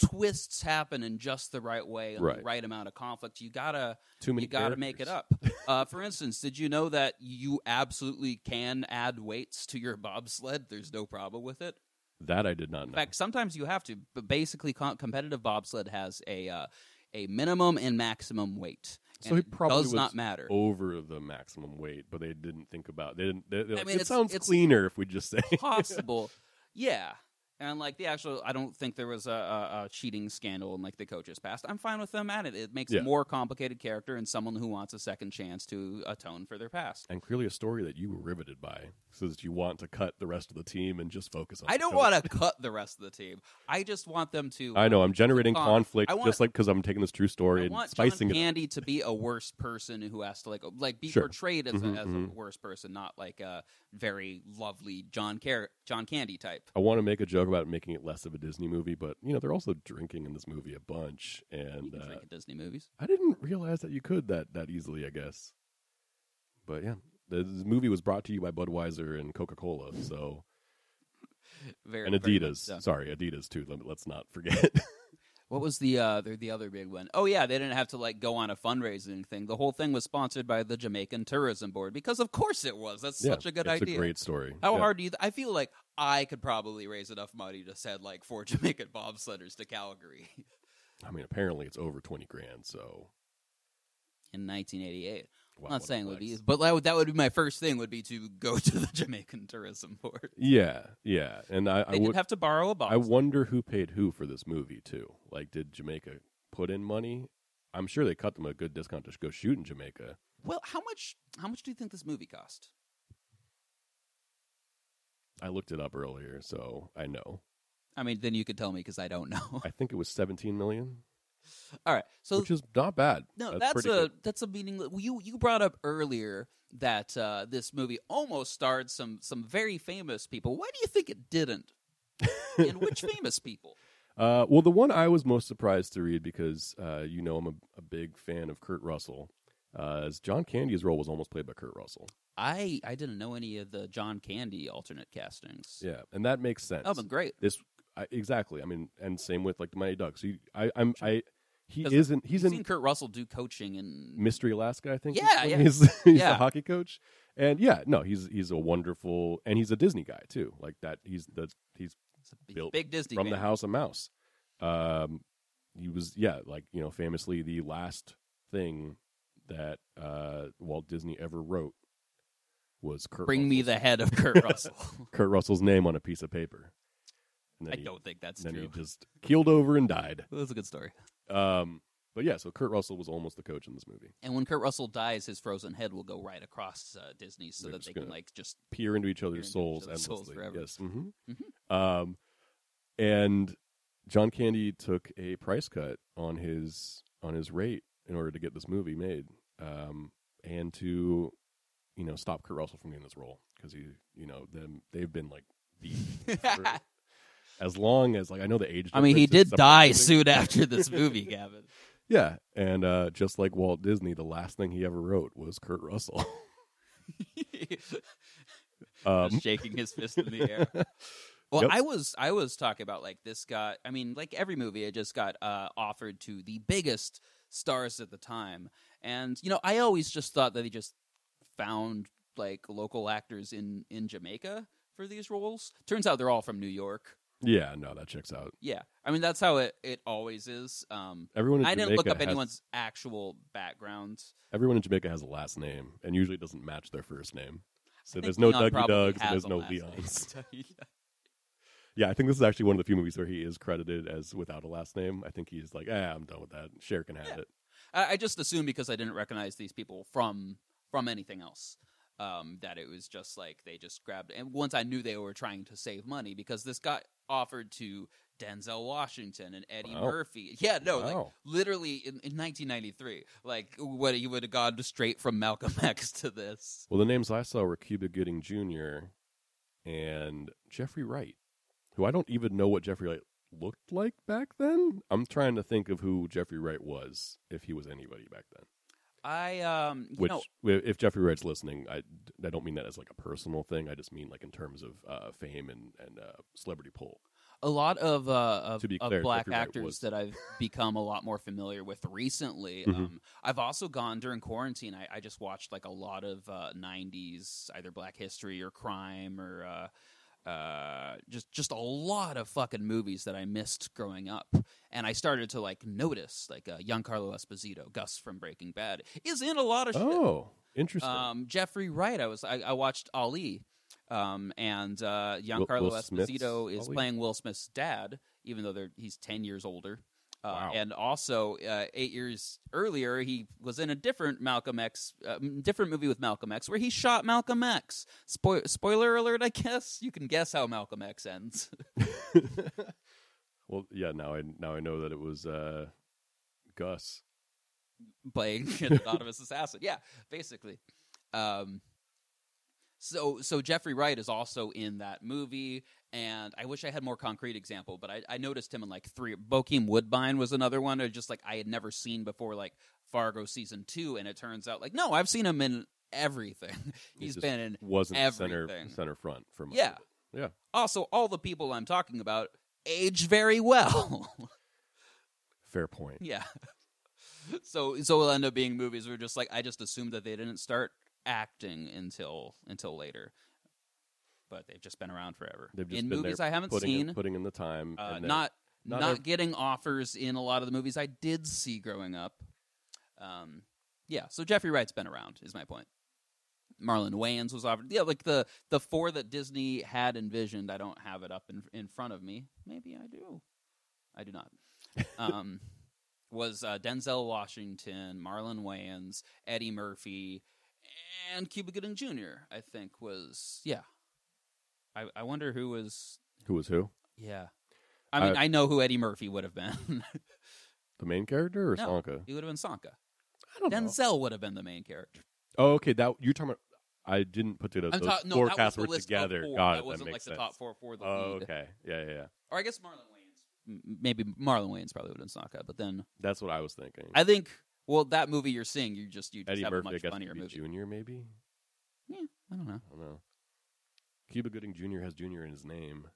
Speaker 4: twists happen in just the right way and the
Speaker 5: Right.
Speaker 4: right amount of conflict. You gotta
Speaker 5: too many
Speaker 4: you got to make it
Speaker 5: characters.
Speaker 4: up. Uh, for instance, did you know that you absolutely can add weights to your bobsled? There's no problem with it.
Speaker 5: that i did not
Speaker 4: In
Speaker 5: know
Speaker 4: fact, sometimes you have to. But basically, com- competitive bobsled has a uh, a minimum and maximum weight.
Speaker 5: So
Speaker 4: and
Speaker 5: he
Speaker 4: it
Speaker 5: probably
Speaker 4: does
Speaker 5: was
Speaker 4: not matter.
Speaker 5: [LAUGHS] over the maximum weight but they didn't think about they didn't they, they're like,
Speaker 4: mean,
Speaker 5: it
Speaker 4: it's-
Speaker 5: sounds
Speaker 4: it's-
Speaker 5: cleaner if we just say [LAUGHS]
Speaker 4: possible. yeah. And like the actual, I don't think there was a, a, a cheating scandal in like the coaches past. I'm fine with them at it. It makes
Speaker 5: Yeah.
Speaker 4: a more complicated character and someone who wants a second chance to atone for their past.
Speaker 5: and clearly a story that you were riveted by, so that you want to cut the rest of the team and just focus on.
Speaker 4: I
Speaker 5: the
Speaker 4: don't
Speaker 5: coach. [LAUGHS]
Speaker 4: want to cut the rest of the team. I just want them to.
Speaker 5: I know I'm generating
Speaker 4: Keep on.
Speaker 5: conflict
Speaker 4: I want-
Speaker 5: just like because I'm taking this true story
Speaker 4: I
Speaker 5: and
Speaker 4: want
Speaker 5: spicing
Speaker 4: John
Speaker 5: it. up.
Speaker 4: Candy to be a worse person who has to like uh, like be
Speaker 5: Sure.
Speaker 4: portrayed as,
Speaker 5: Mhm,
Speaker 4: a, as
Speaker 5: mhm.
Speaker 4: a worse person, not like a very lovely John Car- John Candy type.
Speaker 5: I want to make a joke about making it less of a Disney movie, but you know they're also drinking in this movie a bunch,
Speaker 4: You
Speaker 5: and
Speaker 4: can
Speaker 5: uh,
Speaker 4: drink at Disney movies.
Speaker 5: I didn't realize that you could that that easily. I guess, but yeah, this movie was brought to you by Budweiser and Coca Cola, so
Speaker 4: Very
Speaker 5: and
Speaker 4: very much
Speaker 5: Adidas.
Speaker 4: so.
Speaker 5: Sorry, Adidas too. Let, let's not forget.
Speaker 4: What was the uh, the the other big one? Oh yeah, they didn't have to like go on a fundraising thing. The whole thing was sponsored by the Jamaican Tourism Board because of course it was. That's
Speaker 5: Yeah, [LAUGHS]
Speaker 4: such a good
Speaker 5: it's
Speaker 4: idea.
Speaker 5: A great story.
Speaker 4: How
Speaker 5: Yeah.
Speaker 4: hard do you? Th- I feel like I could probably raise enough money to send like four [LAUGHS] Jamaican bobsledders to Calgary
Speaker 5: I mean, apparently it's over twenty grand. So
Speaker 4: in 1988.
Speaker 5: wow,
Speaker 4: I'm not
Speaker 5: what a
Speaker 4: saying it would be,
Speaker 5: flex.
Speaker 4: easy, but that would, that would be my first thing would be to go [LAUGHS] to the Jamaican Tourism Board.
Speaker 5: Yeah, yeah, and I, I
Speaker 4: They
Speaker 5: would.
Speaker 4: did have to borrow a box.
Speaker 5: I wonder who paid who for this movie too. Like, did Jamaica put in money? I'm sure they cut them a good discount to go shoot in Jamaica.
Speaker 4: well, how much? How much do you think this movie cost?
Speaker 5: I looked it up earlier, so I know.
Speaker 4: I mean, then you could tell me because I don't know.
Speaker 5: I think it was 17 million,
Speaker 4: [LAUGHS] All right, so
Speaker 5: which is not bad.
Speaker 4: No,
Speaker 5: that's,
Speaker 4: that's,
Speaker 5: pretty
Speaker 4: a
Speaker 5: good.
Speaker 4: that's a meaningless. well, You you brought up earlier that uh, this movie almost starred some some very famous people. Why do you think
Speaker 5: [LAUGHS]
Speaker 4: it didn't? and which famous people?
Speaker 5: Uh, well, the one I was most surprised to read because uh, you know I'm a, a big fan of Kurt Russell. Uh, is John Candy's role was almost played by Kurt Russell.
Speaker 4: I I didn't know any of the John Candy alternate castings.
Speaker 5: Yeah, and that makes sense.
Speaker 4: Oh, but great.
Speaker 5: This I, exactly. I mean, and same with like the Mighty Ducks. He, I, I'm, I, he
Speaker 4: 'Cause
Speaker 5: isn't. He's
Speaker 4: You've
Speaker 5: in
Speaker 4: seen Kurt Russell do coaching and
Speaker 5: Mystery Alaska. I think. is
Speaker 4: Yeah,
Speaker 5: when
Speaker 4: yeah.
Speaker 5: He's, [LAUGHS] he's the
Speaker 4: Yeah.
Speaker 5: hockey coach, and yeah, no, he's he's a wonderful, and he's a Disney guy too. Like that, he's the he's
Speaker 4: it's a big,
Speaker 5: built
Speaker 4: big Disney
Speaker 5: from
Speaker 4: fan.
Speaker 5: the House of Mouse. Um, he was yeah, like you know, famously the last thing that uh, Walt Disney ever wrote was Kurt.
Speaker 4: Bring me the
Speaker 5: Russell's- [LAUGHS]
Speaker 4: head of Kurt Russell.
Speaker 5: Kurt Russell's name on a piece of paper. And
Speaker 4: I
Speaker 5: he-
Speaker 4: don't think that's
Speaker 5: then
Speaker 4: true. [LAUGHS]
Speaker 5: he just keeled over and died.
Speaker 4: That's a good story.
Speaker 5: Um, but yeah, so Kurt Russell was almost the coach in this movie.
Speaker 4: And when Kurt Russell dies, his frozen head will go right across uh, Disney, so
Speaker 5: They're
Speaker 4: that
Speaker 5: just
Speaker 4: they can
Speaker 5: gonna-
Speaker 4: like
Speaker 5: [LAUGHS]
Speaker 4: just [LAUGHS]
Speaker 5: Peer into each other's
Speaker 4: Peer into each
Speaker 5: souls
Speaker 4: other's souls
Speaker 5: endlessly.
Speaker 4: forever. Mm-hmm.
Speaker 5: yes. hmm Um, and John Candy took a price cut on his on his rate in order to get this movie made, um, and to you know stop Kurt Russell from getting this role because he you know them they've been like
Speaker 4: [LAUGHS]
Speaker 5: beat for as long as like I know the age.
Speaker 4: I mean, he
Speaker 5: difference
Speaker 4: did
Speaker 5: is
Speaker 4: die
Speaker 5: separating.
Speaker 4: soon
Speaker 5: [LAUGHS]
Speaker 4: after this movie, Gavin. [LAUGHS]
Speaker 5: Yeah, and uh, just like Walt Disney, the last thing he ever wrote was Kurt Russell. [LAUGHS] um,
Speaker 4: Just shaking his fist in the air.
Speaker 5: [LAUGHS]
Speaker 4: Well,
Speaker 5: Yep.
Speaker 4: I was I was talking about like this got. I mean, like every movie, it just got uh, offered to the biggest stars at the time, and you know, I always just thought that they just found like local actors in in Jamaica for these roles. Turns out they're all from New York.
Speaker 5: yeah, no, that checks out.
Speaker 4: Yeah, I mean that's how it it always is. Um,
Speaker 5: Everyone in
Speaker 4: I
Speaker 5: Jamaica
Speaker 4: didn't look up
Speaker 5: has,
Speaker 4: anyone's actual backgrounds.
Speaker 5: Everyone in Jamaica has a last name, and usually doesn't match their first name. So
Speaker 4: think
Speaker 5: there's no
Speaker 4: Leon
Speaker 5: Dougie
Speaker 4: probably
Speaker 5: Dougs, and
Speaker 4: has
Speaker 5: there's
Speaker 4: a
Speaker 5: no
Speaker 4: last name.
Speaker 5: Leons. [LAUGHS]
Speaker 4: Yeah.
Speaker 5: Yeah, I think this is actually one of the few movies where he is credited as without a last name. I think he's like, ah, I'm done with that. Cher can have
Speaker 4: Yeah.
Speaker 5: it.
Speaker 4: I, I just assumed because I didn't recognize these people from from anything else um, that it was just like they just grabbed. And once I knew they were trying to save money because this got offered to Denzel Washington and Eddie
Speaker 5: Wow.
Speaker 4: Murphy. Yeah, no, like
Speaker 5: Wow.
Speaker 4: literally in, in 1993, like what he would have gone straight from Malcolm [LAUGHS] X to this.
Speaker 5: Well, the names I saw were Cuba Gooding Jr. and Jeffrey Wright, who I don't even know what Jeffrey Wright looked like back then. I'm trying to think of who Jeffrey Wright was, if he was anybody back then.
Speaker 4: I um, you
Speaker 5: Which,
Speaker 4: know,
Speaker 5: if Jeffrey Wright's listening, I, I don't mean that as like a personal thing. I just mean like in terms of uh, fame and and uh, celebrity pull.
Speaker 4: a lot of uh, of,
Speaker 5: To be
Speaker 4: of
Speaker 5: clear,
Speaker 4: black
Speaker 5: Jeffrey Wright
Speaker 4: actors
Speaker 5: was-
Speaker 4: that I've become a lot more familiar with recently.
Speaker 5: Mm-hmm.
Speaker 4: Um, I've also gone during quarantine. I, I just watched like a lot of uh, '90s either Black history or crime or uh, uh, just just a lot of fucking movies that I missed growing up, and I started to like notice like uh, Giancarlo Esposito, Gus from Breaking Bad, is in a lot of shit.
Speaker 5: Oh, interesting.
Speaker 4: Um, Jeffrey Wright. I was I, I watched Ali, um, and uh,
Speaker 5: Will-
Speaker 4: Giancarlo
Speaker 5: Will Smith's
Speaker 4: Esposito is
Speaker 5: Ali?
Speaker 4: playing Will Smith's dad, even though they're, he's ten years older. Uh,
Speaker 5: Wow.
Speaker 4: And also, uh, eight years earlier, he was in a different Malcolm X, uh, m- different movie with Malcolm X, where he shot Malcolm X. Spoil spoiler alert, I guess you can guess how Malcolm X ends.
Speaker 5: well, yeah. Now I now I know that it was uh, Gus.
Speaker 4: playing [LAUGHS] an anonymous assassin. Yeah, basically. Um, so so Jeffrey Wright is also in that movie, and I wish I had more concrete example, but I, I noticed him in like three. Bokeem Woodbine was another one, or just like I had never seen before, like Fargo season two, and it turns out like no, I've seen him in everything. [LAUGHS]
Speaker 5: He
Speaker 4: He's
Speaker 5: just
Speaker 4: been in
Speaker 5: wasn't center
Speaker 4: everything.
Speaker 5: center front for much
Speaker 4: Yeah.
Speaker 5: of it. yeah.
Speaker 4: also all the people I'm talking about age very well. [LAUGHS]
Speaker 5: Fair point.
Speaker 4: Yeah. [LAUGHS] So so it'll end up being movies where just like I just assumed that they didn't start acting until until later. But they've just been around forever.
Speaker 5: They've just
Speaker 4: in
Speaker 5: been
Speaker 4: movies
Speaker 5: there
Speaker 4: I haven't
Speaker 5: putting
Speaker 4: seen.
Speaker 5: in, putting in the time.
Speaker 4: uh,
Speaker 5: and they're-
Speaker 4: not
Speaker 5: not
Speaker 4: not,
Speaker 5: ev-
Speaker 4: getting offers in a lot of the movies I did see growing up. Um yeah, so Jeffrey Wright's been around is my point. Marlon Wayans was offered. Yeah, like the the four that Disney had envisioned. I don't have it up in in front of me. Maybe I do. I do not. [LAUGHS] Um, was uh, Denzel Washington, Marlon Wayans, Eddie Murphy, and Cuba Gooding Jr. I think was yeah. I I wonder who was
Speaker 5: who was who.
Speaker 4: yeah. I mean,
Speaker 5: Uh,
Speaker 4: I know who Eddie Murphy would have been. [LAUGHS]
Speaker 5: The main character or
Speaker 4: No,
Speaker 5: Sanka?
Speaker 4: He would have been Sanka.
Speaker 5: I don't know.
Speaker 4: Denzel would have been the main character.
Speaker 5: Oh, okay. That you're talking about. I didn't put together
Speaker 4: I'm
Speaker 5: those
Speaker 4: talking. No,
Speaker 5: four
Speaker 4: that was
Speaker 5: casts
Speaker 4: the
Speaker 5: were
Speaker 4: list
Speaker 5: together.
Speaker 4: Of four.
Speaker 5: Got it.
Speaker 4: that wasn't
Speaker 5: makes
Speaker 4: like
Speaker 5: sense.
Speaker 4: the top four for the
Speaker 5: Oh,
Speaker 4: lead.
Speaker 5: okay. Yeah, yeah, yeah.
Speaker 4: Or I guess Marlon Wayans. M- Maybe Marlon Wayans probably would have been Sanka, but then
Speaker 5: That's what I was thinking.
Speaker 4: I think. Well, that movie you're seeing, you just you just
Speaker 5: Eddie
Speaker 4: have
Speaker 5: Murphy, I
Speaker 4: a much
Speaker 5: guess,
Speaker 4: funnier
Speaker 5: would be
Speaker 4: movie.
Speaker 5: Junior, maybe.
Speaker 4: I don't know.
Speaker 5: I don't know. Cuba Gooding Jr. has Junior in his
Speaker 4: [LAUGHS]
Speaker 5: name.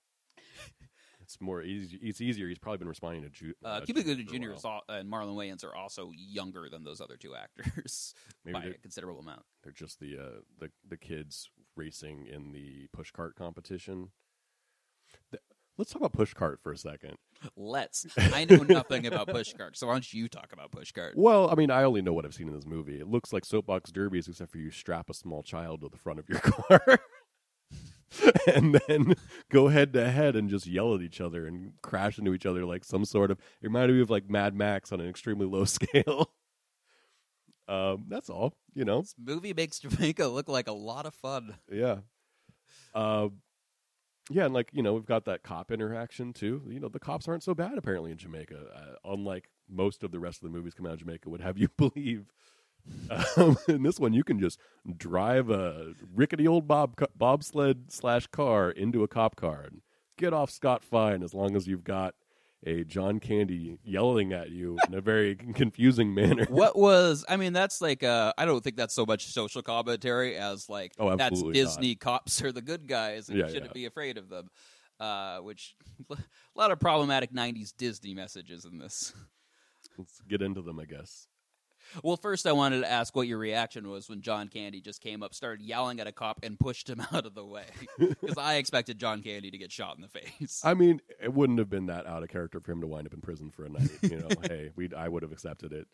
Speaker 5: it's more easy. It's easier. He's probably been responding to Ju-
Speaker 4: Uh, Cuba
Speaker 5: Junior
Speaker 4: Gooding
Speaker 5: for a
Speaker 4: Jr.
Speaker 5: while.
Speaker 4: Is all, and Marlon Wayans are also younger than those other two actors
Speaker 5: Maybe
Speaker 4: by
Speaker 5: they're,
Speaker 4: a considerable amount.
Speaker 5: they're just the uh, the the kids racing in the push cart competition. Th- Let's talk about push cart for a second.
Speaker 4: Let's. I know [LAUGHS] nothing about pushcart, so why don't you talk about pushcart?
Speaker 5: Well, I mean, I only know what I've seen in this movie. It looks like soapbox derbies, except for you strap a small child to the front of your [LAUGHS] car. and then go head to head and just yell at each other and crash into each other like some sort of. It reminded me of like Mad Max on an extremely low [LAUGHS] scale. um, that's all, you know.
Speaker 4: This movie makes [LAUGHS] Jamaica look like a lot of fun.
Speaker 5: Yeah. Uh, yeah, and like you know, we've got that cop interaction too. You know, the cops aren't so bad apparently in Jamaica, uh, unlike most of the rest of the movies coming out of Jamaica would have you [LAUGHS] believe. Um, in this one, you can just drive a rickety old bob bobsled slash car into a cop car and get off scot fine as long as you've got a John Candy yelling at you in a very confusing manner. [LAUGHS]
Speaker 4: What was? I mean, that's like. Uh, I don't think that's so much social commentary as like.
Speaker 5: Oh,
Speaker 4: that's
Speaker 5: absolutely not.
Speaker 4: Disney cops are the good guys, and
Speaker 5: Yeah,
Speaker 4: you shouldn't
Speaker 5: yeah.
Speaker 4: be afraid of them. Uh, which [LAUGHS] a lot of problematic '90s Disney messages in this.
Speaker 5: Let's get into them, I guess.
Speaker 4: Well, first, I wanted to ask what your reaction was when John Candy just came up, started yelling at a cop, and pushed him [LAUGHS] out of
Speaker 5: [LAUGHS]
Speaker 4: the way. Because I expected John Candy to get shot in the face.
Speaker 5: I mean, it wouldn't have been that out of character for him to wind up in prison for a night. You
Speaker 4: [LAUGHS]
Speaker 5: know, hey, we I would have accepted it.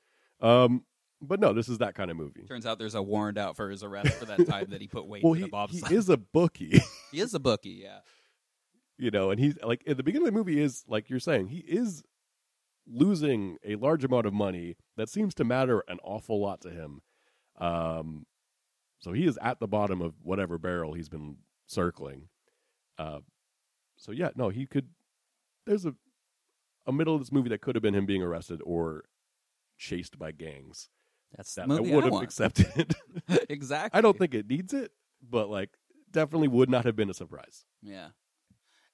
Speaker 5: Um, but no, this is that kind of movie.
Speaker 4: Turns out there's a warrant out for his arrest for that time that he put weight
Speaker 5: Well,
Speaker 4: in the
Speaker 5: he,
Speaker 4: bobsled.
Speaker 5: he is a bookie,
Speaker 4: [LAUGHS] he is a bookie, yeah.
Speaker 5: you know, and he's like at the beginning of the movie is like you're saying he is losing a large amount of money that seems to matter an awful lot to him. Um, so he is at the bottom of whatever barrel he's been circling. Uh, so yeah, no, he could. There's a a middle of this movie that could have been him being arrested or chased by gangs.
Speaker 4: That's
Speaker 5: That
Speaker 4: the movie
Speaker 5: I would have
Speaker 4: [LAUGHS] want.
Speaker 5: accepted. [LAUGHS] it.
Speaker 4: exactly.
Speaker 5: I
Speaker 4: [LAUGHS]
Speaker 5: don't think it needs it, but like definitely would not have been a surprise.
Speaker 4: Yeah,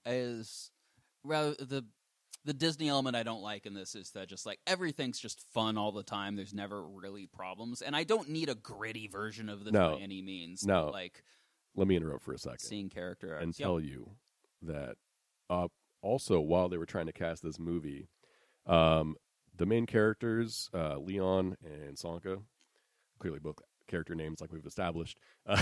Speaker 4: is rather the the Disney element I don't like in this is that just like everything's just fun all the time. There's never really problems, and I don't need a gritty version of this
Speaker 5: No.
Speaker 4: by any means.
Speaker 5: No.
Speaker 4: but, like
Speaker 5: Let me interrupt for a second.
Speaker 4: seeing character arcs.
Speaker 5: and
Speaker 4: Yep.
Speaker 5: tell you that uh, also while they were trying to cast this movie, um, the main characters uh, Leon and Sanka, clearly both character names like we've established, [LAUGHS] uh,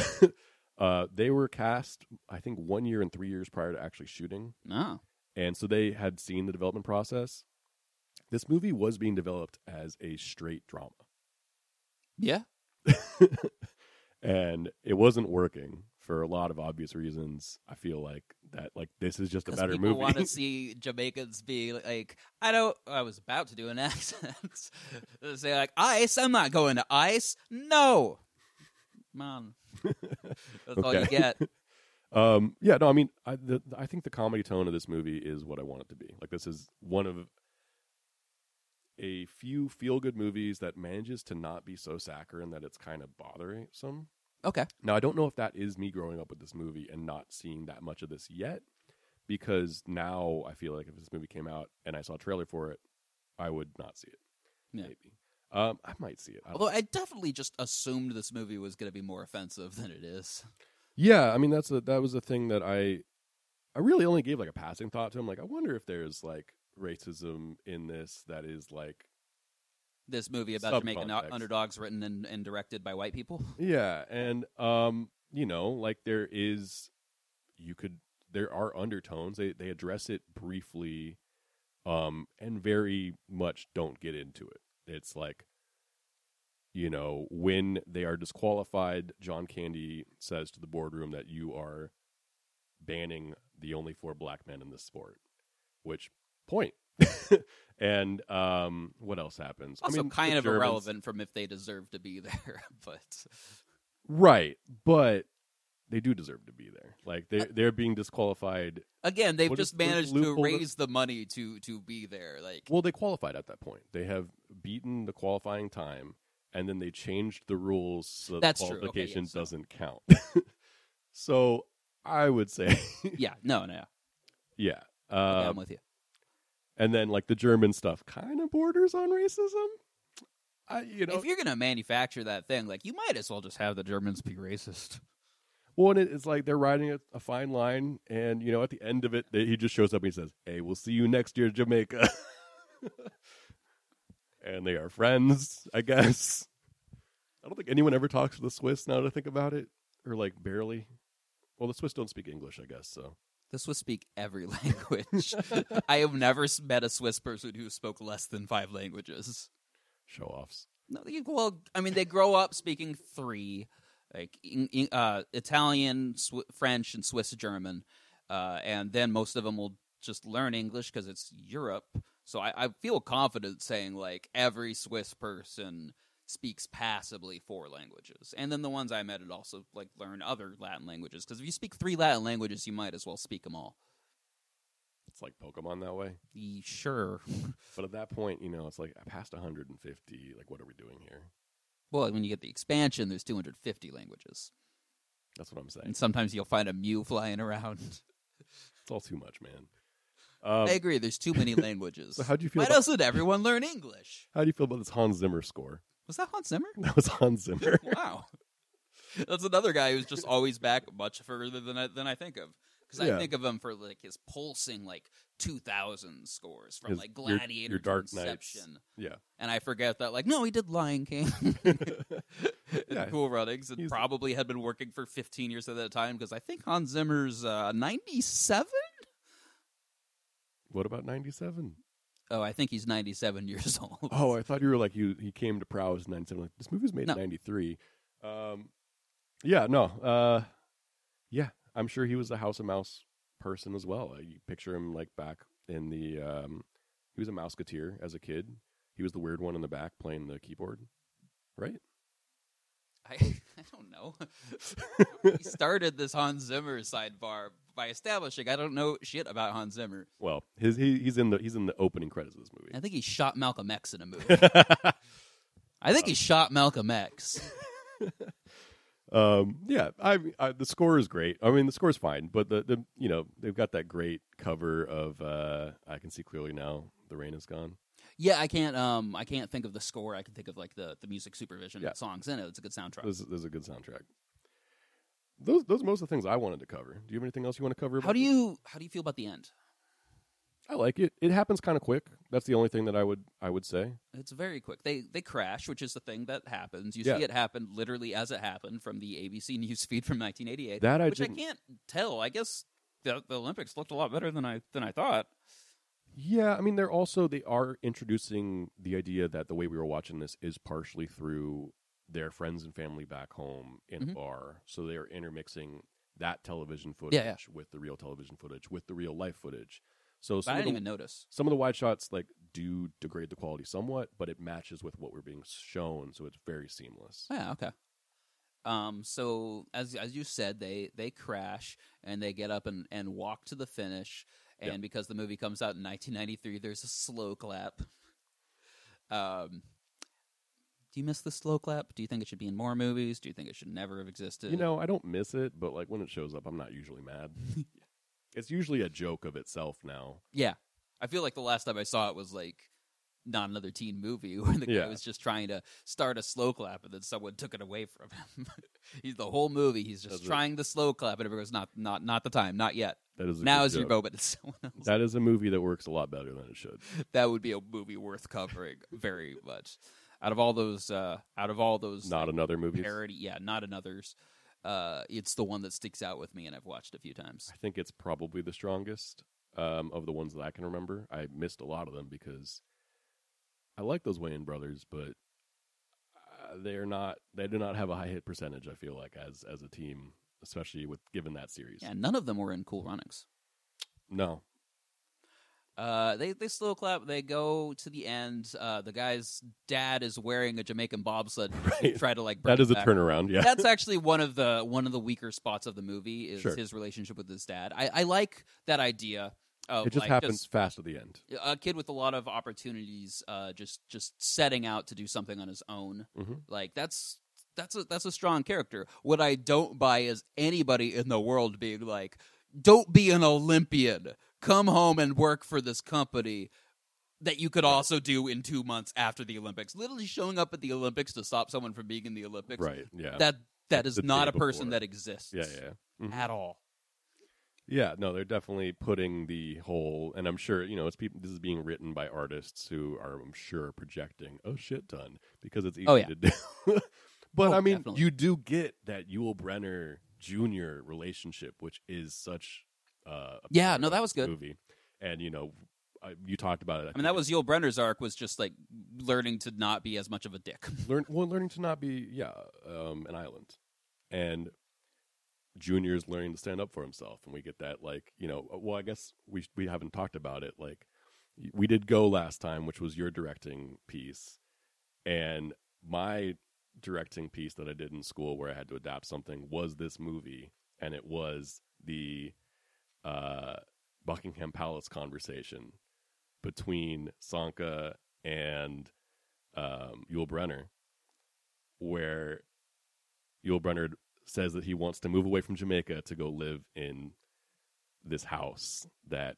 Speaker 5: uh, they were cast I think one year and three years prior to actually shooting,
Speaker 4: no,
Speaker 5: and so they had seen the development process. This movie was being developed as a straight drama,
Speaker 4: yeah,
Speaker 5: and it wasn't working for a lot of obvious reasons. I feel like that like this is just a
Speaker 4: 'Cause
Speaker 5: better
Speaker 4: people
Speaker 5: movie. [LAUGHS]
Speaker 4: want to see Jamaicans be like, I don't. I was about to do an [LAUGHS] accent. Say like ice. I'm not going to ice. No,
Speaker 5: [LAUGHS]
Speaker 4: man. That's all you
Speaker 5: Okay.
Speaker 4: get.
Speaker 5: Um, yeah, no, I mean, I, the, I think the comedy tone of this movie is what I want it to be. Like, this is one of a few feel good movies that manages to not be so saccharine that it's kind of bothersome.
Speaker 4: Okay.
Speaker 5: Now, I don't know if that is me growing up with this movie and not seeing that much of this yet, because now I feel like if this movie came out and I saw a trailer for it, I would not see it.
Speaker 4: Yeah.
Speaker 5: Maybe. Um, I might see it. I don't
Speaker 4: Although I definitely just assumed this movie was going to be more offensive than it is.
Speaker 5: Yeah, I mean that's a that was a thing that I I really only gave like a passing thought to. I'm like, I wonder if there's like racism in this that is like
Speaker 4: This movie about Jamaican
Speaker 5: Subcontext.
Speaker 4: underdogs written and, and directed by white people.
Speaker 5: Yeah, and um, you know, like there is you could there are undertones. They they address it briefly um and very much don't get into it. It's like you know, when they are disqualified, John Candy says to the boardroom that you are banning the only four black men in this sport. Which point? [LAUGHS] and um what else happens?
Speaker 4: Also,
Speaker 5: mean, the
Speaker 4: kind of
Speaker 5: Germans-
Speaker 4: [LAUGHS] irrelevant from if they deserve to be there. But
Speaker 5: Right, but they do deserve to be there. Like they are they're being disqualified.
Speaker 4: Again, they've
Speaker 5: What is
Speaker 4: just
Speaker 5: the
Speaker 4: managed to
Speaker 5: loophole that-
Speaker 4: raise the money to to be there. Like,
Speaker 5: Well, they qualified at that point. They have beaten the qualifying time, and then they changed the rules so that
Speaker 4: That's
Speaker 5: the
Speaker 4: true. Okay, yeah,
Speaker 5: qualification
Speaker 4: so-
Speaker 5: doesn't count. [LAUGHS] so I would say,
Speaker 4: [LAUGHS]
Speaker 5: [LAUGHS]
Speaker 4: yeah, no, no,
Speaker 5: yeah.
Speaker 4: yeah,
Speaker 5: Uh,
Speaker 4: I'm with you.
Speaker 5: and then like the German stuff kind of borders on racism. I, you know,
Speaker 4: if you're gonna manufacture that thing, like you might as well just have the Germans be racist.
Speaker 5: Well, and it- it's like they're riding a, a fine line, and you know, at the end of it, they, he just shows up and he says, "Hey, we'll see you next year, Jamaica." [LAUGHS] and they are friends, I guess. I don't think anyone ever talks to the Swiss now to think about it, or like barely. Well, the Swiss don't speak English, I guess. So
Speaker 4: The Swiss speak every
Speaker 5: [LAUGHS]
Speaker 4: [LAUGHS] language. I have never s- met a Swiss person who spoke less than five languages.
Speaker 5: show offs.
Speaker 4: No, you- well, I mean, they grow up speaking three, like in, in- uh, Italian, Sw- French, and Swiss German, uh, and then most of them will just learn English because it's Europe. So I, I feel confident saying like every Swiss person speaks passably four languages, and then the ones I met had also like learn other Latin languages because if you speak three Latin languages, you might as well speak them all.
Speaker 5: It's like Pokemon that way.
Speaker 4: Ye- Sure.
Speaker 5: But at that point, you know, it's like past 150. Like, what are we doing here?
Speaker 4: Well, when you get the expansion, there's 250 languages,
Speaker 5: That's what I'm saying.
Speaker 4: and sometimes you'll find a mew flying around.
Speaker 5: It's all too much, man. Um,
Speaker 4: I agree. There's
Speaker 5: [LAUGHS]
Speaker 4: too many languages.
Speaker 5: So how'd you feel
Speaker 4: Why
Speaker 5: about-
Speaker 4: doesn't everyone learn English?
Speaker 5: how do you feel about this Hans Zimmer score? [LAUGHS]
Speaker 4: Was that Hans Zimmer?
Speaker 5: That was Hans Zimmer. [LAUGHS]
Speaker 4: Wow, [LAUGHS] that's another guy who's just always back much further than I, than I think of. Because
Speaker 5: Yeah.
Speaker 4: I think of him for like his pulsing like 2000 scores from
Speaker 5: His-
Speaker 4: like
Speaker 5: your- your
Speaker 4: Gladiator, to
Speaker 5: Dark Knights.
Speaker 4: Inception,
Speaker 5: yeah.
Speaker 4: and I forget that like no, he did
Speaker 5: [LAUGHS]
Speaker 4: Lion King, [LAUGHS] and
Speaker 5: Yeah.
Speaker 4: Cool Runnings, and
Speaker 5: He's-
Speaker 4: probably had been working for 15 years at that time. Because I think Hans Zimmer's uh, 97.
Speaker 5: What about 97?
Speaker 4: Oh, I think he's 97 [LAUGHS] years old.
Speaker 5: Oh, I thought you were like you. He came to Prowse in 97. Like, this movie's made
Speaker 4: No.
Speaker 5: in 93. Um, yeah, no. Uh, yeah, I'm sure he was a House of Mouse person as well. Uh, You picture him like back in the. Um, he was a Mouseketeer as a kid. He was the weird one in the back playing the keyboard, right?
Speaker 4: I, [LAUGHS] I don't know. we started this Hans Zimmer sidebar by establishing I don't know shit about Hans Zimmer.
Speaker 5: Well, his he, he's in the he's in the opening credits of this movie.
Speaker 4: I think he shot Malcolm X in a movie. I think he shot Malcolm X.
Speaker 5: Um, yeah, I, I the score is great. I mean, the score's fine, but the, the you know they've got that great cover of uh, I can see clearly now. The rain is gone.
Speaker 4: Yeah, I can't. Um, I can't think of the score. I can think of like the, the music supervision
Speaker 5: Yeah.
Speaker 4: and songs in it. It's a good soundtrack.
Speaker 5: This, this is a good soundtrack. Those those are most of the things I wanted to cover. Do you have anything else you want to cover?
Speaker 4: how
Speaker 5: about
Speaker 4: do you how do you feel about the end?
Speaker 5: this? I like it. It happens kind of quick. That's the only thing that I would I would say.
Speaker 4: It's very quick. They they crash, which is the thing that happens. You
Speaker 5: Yeah.
Speaker 4: see it happen literally as it happened from the ABC [LAUGHS] news feed from 1988.
Speaker 5: That I
Speaker 4: which
Speaker 5: didn't-
Speaker 4: I can't tell. I guess the, the Olympics looked a lot better than I than I thought.
Speaker 5: Yeah, I mean they're also they are introducing the idea that the way we were watching this is partially through their friends and family back home in a
Speaker 4: Mhm.
Speaker 5: bar. So they are intermixing that television footage
Speaker 4: Yeah, yeah.
Speaker 5: with the real television footage with the real life footage. So
Speaker 4: But I
Speaker 5: some of,
Speaker 4: didn't
Speaker 5: the,
Speaker 4: even notice.
Speaker 5: some of the wide shots like do degrade the quality somewhat, but it matches with what we're being shown, so it's very seamless.
Speaker 4: Yeah, okay. Um, so as as you said, they they crash and they get up and, and walk to the finish. And
Speaker 5: Yeah.
Speaker 4: because the movie comes out in 1993, there's a slow clap. Um, do you miss the slow clap? Do you think it should be in more movies? Do you think it should never have existed?
Speaker 5: You know, I don't miss it, but like when it shows up, I'm not usually
Speaker 4: [LAUGHS]
Speaker 5: mad. it's usually a joke of itself now.
Speaker 4: yeah. I feel like the last time I saw it was like not another teen movie [LAUGHS] where the
Speaker 5: Yeah.
Speaker 4: guy was just trying to start a slow clap and then someone took it away from him. [LAUGHS] he's the whole movie he's just
Speaker 5: That's it.
Speaker 4: trying the slow clap and everyone's not not not the time, not yet.
Speaker 5: That is a
Speaker 4: now
Speaker 5: good
Speaker 4: is your
Speaker 5: joke.
Speaker 4: moment. [LAUGHS] It's someone else.
Speaker 5: That is a movie that works a lot better than it should.
Speaker 4: That would be a movie worth covering very much. Out of all those, uh, out of all those
Speaker 5: Not another movie.
Speaker 4: parody, yeah, not another's. Uh, it's the one that sticks out with me, and I've watched a few times.
Speaker 5: I think it's probably the strongest um, of the ones that I can remember. I missed a lot of them because I like those Wayne brothers, but uh, they're not. They do not have a high hit percentage. I feel like as as a team, especially with given that series.
Speaker 4: Yeah, none of them were in Cool Runnings.
Speaker 5: No,
Speaker 4: Uh, they they slow clap. They go to the end. Uh, the guy's dad is wearing a Jamaican bobsled. to Try to like bring
Speaker 5: That is
Speaker 4: it
Speaker 5: a
Speaker 4: back.
Speaker 5: turnaround. Yeah.
Speaker 4: That's actually one of the one of the weaker spots of the movie is
Speaker 5: Sure.
Speaker 4: his relationship with his dad. I, I like that idea. Of
Speaker 5: it just
Speaker 4: like
Speaker 5: happens fast at the end.
Speaker 4: just a kid with a lot of opportunities, uh, just just setting out to do something on his own.
Speaker 5: Mhm.
Speaker 4: Like that's that's a that's a strong character. What I don't buy is anybody in the world being like, "Don't be an Olympian. Come home and work for this company." That you could also do in two months after the Olympics. Literally showing up at the Olympics to stop someone from being in the Olympics
Speaker 5: Right. Yeah.
Speaker 4: that that is
Speaker 5: the
Speaker 4: not
Speaker 5: day
Speaker 4: a person
Speaker 5: before.
Speaker 4: that exists
Speaker 5: yeah. Yeah. Mhm.
Speaker 4: at all.
Speaker 5: Yeah, no, they're definitely putting the whole, and I'm sure you know it's people. This is being written by artists who are, I'm sure, projecting a shit ton because it's easy
Speaker 4: Oh, yeah.
Speaker 5: to do. [LAUGHS] but
Speaker 4: Oh,
Speaker 5: I mean,
Speaker 4: definitely.
Speaker 5: you do get that Yul Brenner Jr. relationship, which is such. Uh, a
Speaker 4: Yeah,
Speaker 5: part
Speaker 4: no,
Speaker 5: of
Speaker 4: that was
Speaker 5: this
Speaker 4: good.
Speaker 5: movie, and you know, I, you talked about it.
Speaker 4: I mean, that was Yul Brenner's arc was just like learning to not be as much of a dick. [LAUGHS]
Speaker 5: learn well learning to not be yeah um, an island and junior's learning to stand up for himself and we get that like you know uh, well i guess we sh- we haven't talked about it like y- we did go last time which was your directing piece and my directing piece that i did in school where i had to adapt something was this movie and it was the uh, buckingham palace conversation between sanka and um, Yul Brenner, where Yul Brenner says that he wants to move away from Jamaica to go live in this house that,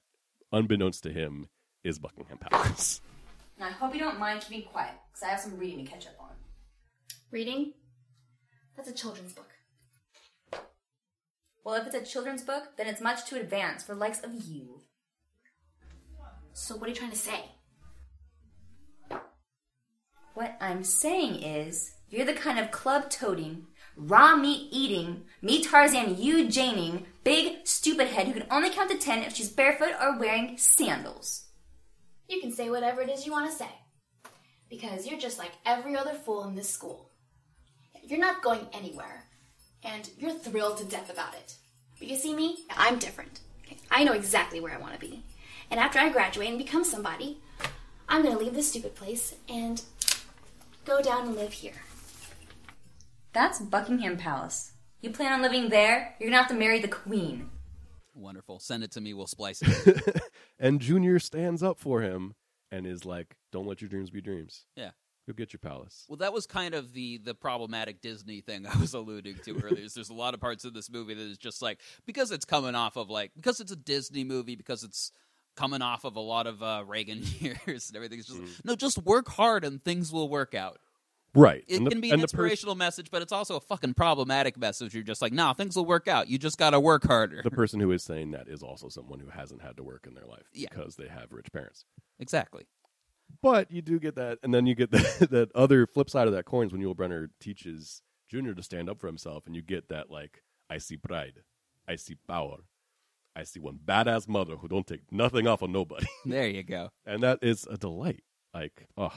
Speaker 5: unbeknownst to him, is Buckingham Palace.
Speaker 6: And I hope you don't mind keeping quiet, because I have some reading to catch up on.
Speaker 7: Reading? That's a children's book.
Speaker 6: Well, if it's a children's book, then it's much too advanced for likes of you.
Speaker 7: So what are you trying to say?
Speaker 6: What I'm saying is, you're the kind of club toting, raw meat eating, me Tarzan you Janing, big stupid head who can only count to ten if she's barefoot or wearing sandals.
Speaker 7: You can say whatever it is you want to say. Because you're just like every other fool in this school. You're not going anywhere. And you're thrilled to death about it. But you see me? I'm different. I know exactly where I want to be. And after I graduate and become somebody, I'm going to leave this stupid place and go down and live here.
Speaker 6: That's Buckingham Palace. You plan on living there? You're gonna have to marry the queen.
Speaker 4: Wonderful. Send it to me. We'll
Speaker 5: [LAUGHS]
Speaker 4: splice it.
Speaker 5: And Junior stands up for him and is like, "Don't let your dreams be dreams.
Speaker 4: yeah.
Speaker 5: Go get your palace."
Speaker 4: Well, that was kind of the the problematic Disney thing [LAUGHS] I was alluding to earlier. is There's a lot of parts of this movie that is just like because it's coming off of like because it's a Disney movie because it's coming off of a lot of uh, Reagan [LAUGHS] years and everything. It's just
Speaker 5: Mm.
Speaker 4: like, no, just work hard and things will work out.
Speaker 5: Right.
Speaker 4: It
Speaker 5: And the-
Speaker 4: can be an
Speaker 5: and the pers-
Speaker 4: inspirational message, but it's also a fucking problematic message. You're just like, nah, things will work out. You just gotta work harder.
Speaker 5: the person who is saying that is also someone who hasn't had to work in their life
Speaker 4: Yeah.
Speaker 5: because they have rich parents.
Speaker 4: Exactly.
Speaker 5: But you do get that, and then you get [LAUGHS] that, that other flip side of that coin is when Yul Brenner teaches Junior to stand up for himself, and you get that like, I see pride, I see power, I see one badass mother who don't take nothing off of nobody, [LAUGHS]
Speaker 4: There you go.
Speaker 5: and that is a delight. Like, oh,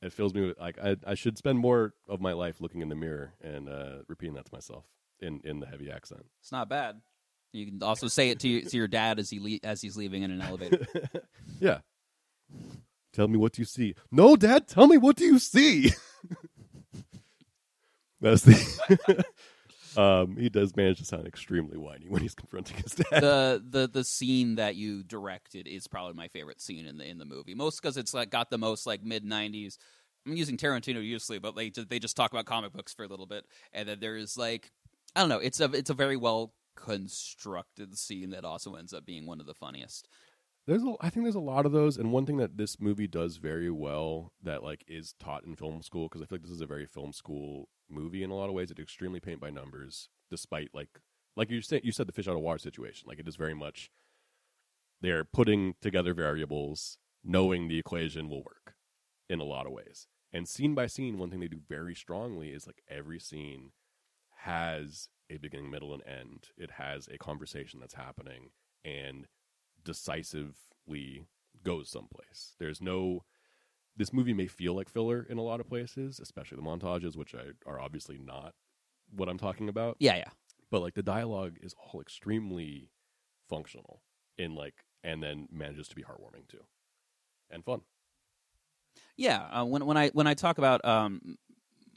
Speaker 5: it fills me with like I, I should spend more of my life looking in the mirror and uh, repeating that to myself in in the heavy accent.
Speaker 4: It's not bad. You can also say it to your, to your dad as he le- as he's leaving in an elevator.
Speaker 5: Yeah. Tell me what you see. No, Dad, tell me what do you see? [LAUGHS] That's the [LAUGHS] Um he does manage to sound extremely whiny when he's confronting his dad.
Speaker 4: the the the scene that you directed is probably my favorite scene in the in the movie. Most because it's like got the most like mid '90s. I'm using Tarantino usually, but they ju- they just talk about comic books for a little bit, and then there is like I don't know. It's a it's a very well constructed scene that also ends up being one of the funniest.
Speaker 5: There's a, I think there's a lot of those, and one thing that this movie does very well that like is taught in film school because I feel like this is a very film school movie in a lot of ways. It's extremely paint by numbers, despite like like you said you said the fish out of water situation. Like it is very much they're putting together variables, knowing the equation will work in a lot of ways. And scene by scene, one thing they do very strongly is like every scene has a beginning, middle, and end. It has a conversation that's happening and decisively goes someplace. There's no. This movie may feel like filler in a lot of places, especially the montages, which I, are obviously not what I'm talking about.
Speaker 4: Yeah, yeah.
Speaker 5: But like the dialogue is all extremely functional in like, and then manages to be heartwarming too, and fun.
Speaker 4: Yeah, uh, when when I when I talk about um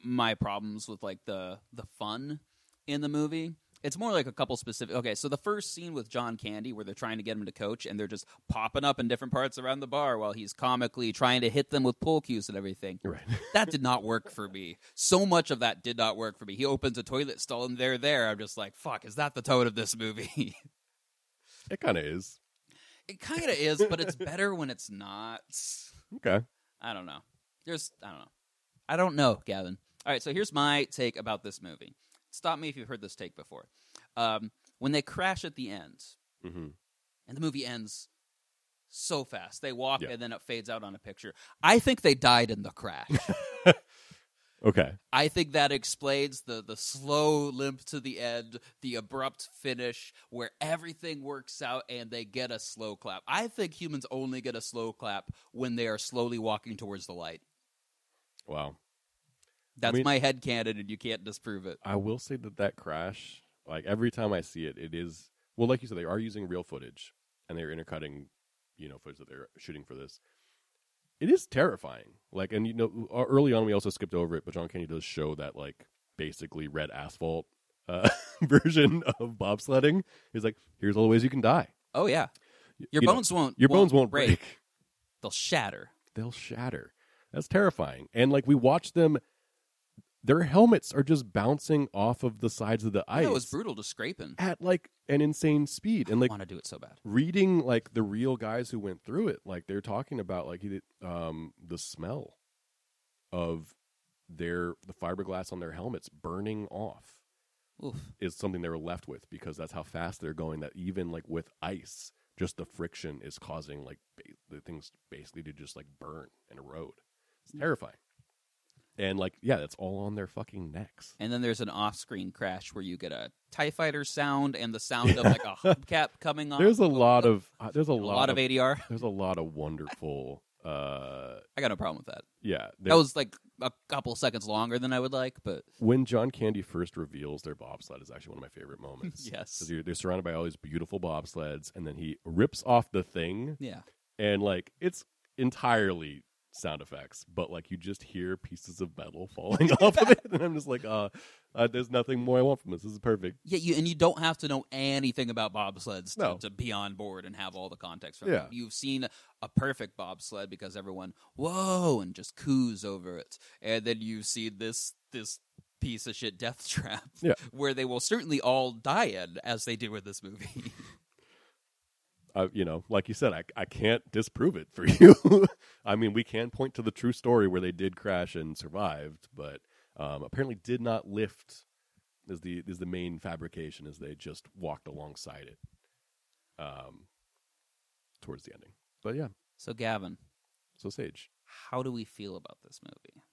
Speaker 4: my problems with like the the fun in the movie, it's more like a couple specific. Okay, so the first scene with John Candy where they're trying to get him to coach and they're just popping up in different parts around the bar while he's comically trying to hit them with pull cues and everything.
Speaker 5: Right.
Speaker 4: That did not work for me. So much of that did not work for me. He opens a toilet stall and they're there. I'm just like, fuck, is that the tone of this movie? [LAUGHS]
Speaker 5: It kind of is.
Speaker 4: it kind of is, but it's better when it's not.
Speaker 5: Okay.
Speaker 4: I don't know. There's I don't know. I don't know, Gavin. All right, so here's my take about this movie. Stop me if you've heard this take before. Um, when they crash at the end,
Speaker 5: Mm-hmm.
Speaker 4: and the movie ends so fast, they walk
Speaker 5: Yeah.
Speaker 4: and then it fades out on a picture. I think they died in the crash.
Speaker 5: Okay.
Speaker 4: I think that explains the the slow limp to the end, the abrupt finish where everything works out and they get a slow clap. I think humans only get a slow clap when they are slowly walking towards the light.
Speaker 5: Wow.
Speaker 4: That's
Speaker 5: mean-
Speaker 4: my head canon, and you can't disprove it.
Speaker 5: I will say that that crash, like every time I see it, it is well, like you said, they are using real footage and they're intercutting, you know, footage that they're shooting for this. It is terrifying. Like, and you know, e- early on we also skipped over it, but John Candy does show that like basically red asphalt uh, [LAUGHS] version of bobsledding. He's like, here's all the ways you can die.
Speaker 4: Oh yeah, your
Speaker 5: you know,
Speaker 4: bones won't.
Speaker 5: Your bones won't
Speaker 4: break.
Speaker 5: break. [LAUGHS]
Speaker 4: They'll shatter.
Speaker 5: they'll shatter. That's terrifying. And like we watch them, their helmets are just bouncing off of the sides of the ice
Speaker 4: That was brutal to scraping.
Speaker 5: at like an insane speed. And
Speaker 4: I
Speaker 5: like
Speaker 4: want to do it so bad.
Speaker 5: reading like the real guys who went through it, like they're talking about like he- um, the smell of their the fiberglass on their helmets burning off
Speaker 4: Oof.
Speaker 5: is something they were left with because that's how fast they're going. That even like with ice, just the friction is causing like ba- the things basically to just like burn and erode. It's terrifying. And like, yeah, that's all on their fucking necks.
Speaker 4: And then there's an off-screen crash where you get a Tie Fighter sound and the sound of like a
Speaker 5: [LAUGHS]
Speaker 4: hubcap coming on.
Speaker 5: There's a lot of uh, there's a,
Speaker 4: a
Speaker 5: lot,
Speaker 4: lot of ADR.
Speaker 5: there's a lot of wonderful. uh
Speaker 4: [LAUGHS] I got no problem with that.
Speaker 5: Yeah, there-
Speaker 4: That was like a couple seconds longer than I would like, but
Speaker 5: when John Candy first reveals their bobsled is actually one of my favorite moments.
Speaker 4: [LAUGHS] Yes.
Speaker 5: 'Cause you're- they're surrounded by all these beautiful bobsleds, and then he rips off the thing.
Speaker 4: yeah.
Speaker 5: and like it's entirely sound effects, but like you just hear pieces of metal [LAUGHS] falling off of it, and I'm just like, uh, uh, there's nothing more I want from this. This is perfect.
Speaker 4: Yeah, you, and you don't have to know anything about bobsleds to,
Speaker 5: No.
Speaker 4: to be on board and have all the context. From
Speaker 5: Yeah.
Speaker 4: it. You've seen a perfect bobsled because everyone, whoa, and just coos over it. And then you see this this piece of shit death trap
Speaker 5: Yeah.
Speaker 4: [LAUGHS] where they will certainly all die in, as they do in this movie. [LAUGHS]
Speaker 5: Uh, you know, like you said, I I can't disprove it for [LAUGHS] you. I mean, we can point to the true story where they did crash and survived, but um, apparently did not lift. Is the is the main fabrication is they just walked alongside it, um, towards the ending. But yeah,
Speaker 4: so, Gavin,
Speaker 5: so Sage.
Speaker 4: how do we feel about this movie?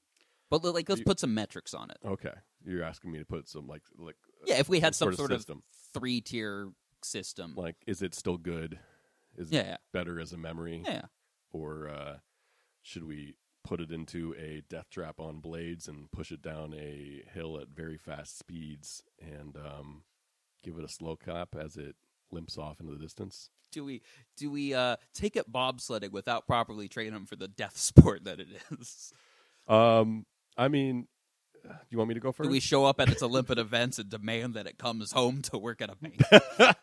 Speaker 4: But like, let's
Speaker 5: You- Uh,
Speaker 4: put some metrics on it.
Speaker 5: Okay, you're asking me to put some like like
Speaker 4: Yeah, if we had
Speaker 5: some
Speaker 4: some,
Speaker 5: sort
Speaker 4: sort
Speaker 5: of
Speaker 4: of,
Speaker 5: system.
Speaker 4: three tier system.
Speaker 5: like is it still good? Is
Speaker 4: Yeah, yeah.
Speaker 5: it better as a memory,
Speaker 4: yeah.
Speaker 5: or uh, should we put it into a death trap on blades and push it down a hill at very fast speeds and um, give it a slow clap as it limps off into the distance?
Speaker 4: Do we do we uh, take it bobsledding without properly training them for the death [LAUGHS] sport that it is?
Speaker 5: Um, I mean, do you want me to go first?
Speaker 4: Do we show up at its Olympic events and demand that it comes home to work at a
Speaker 5: [LAUGHS]
Speaker 4: bank?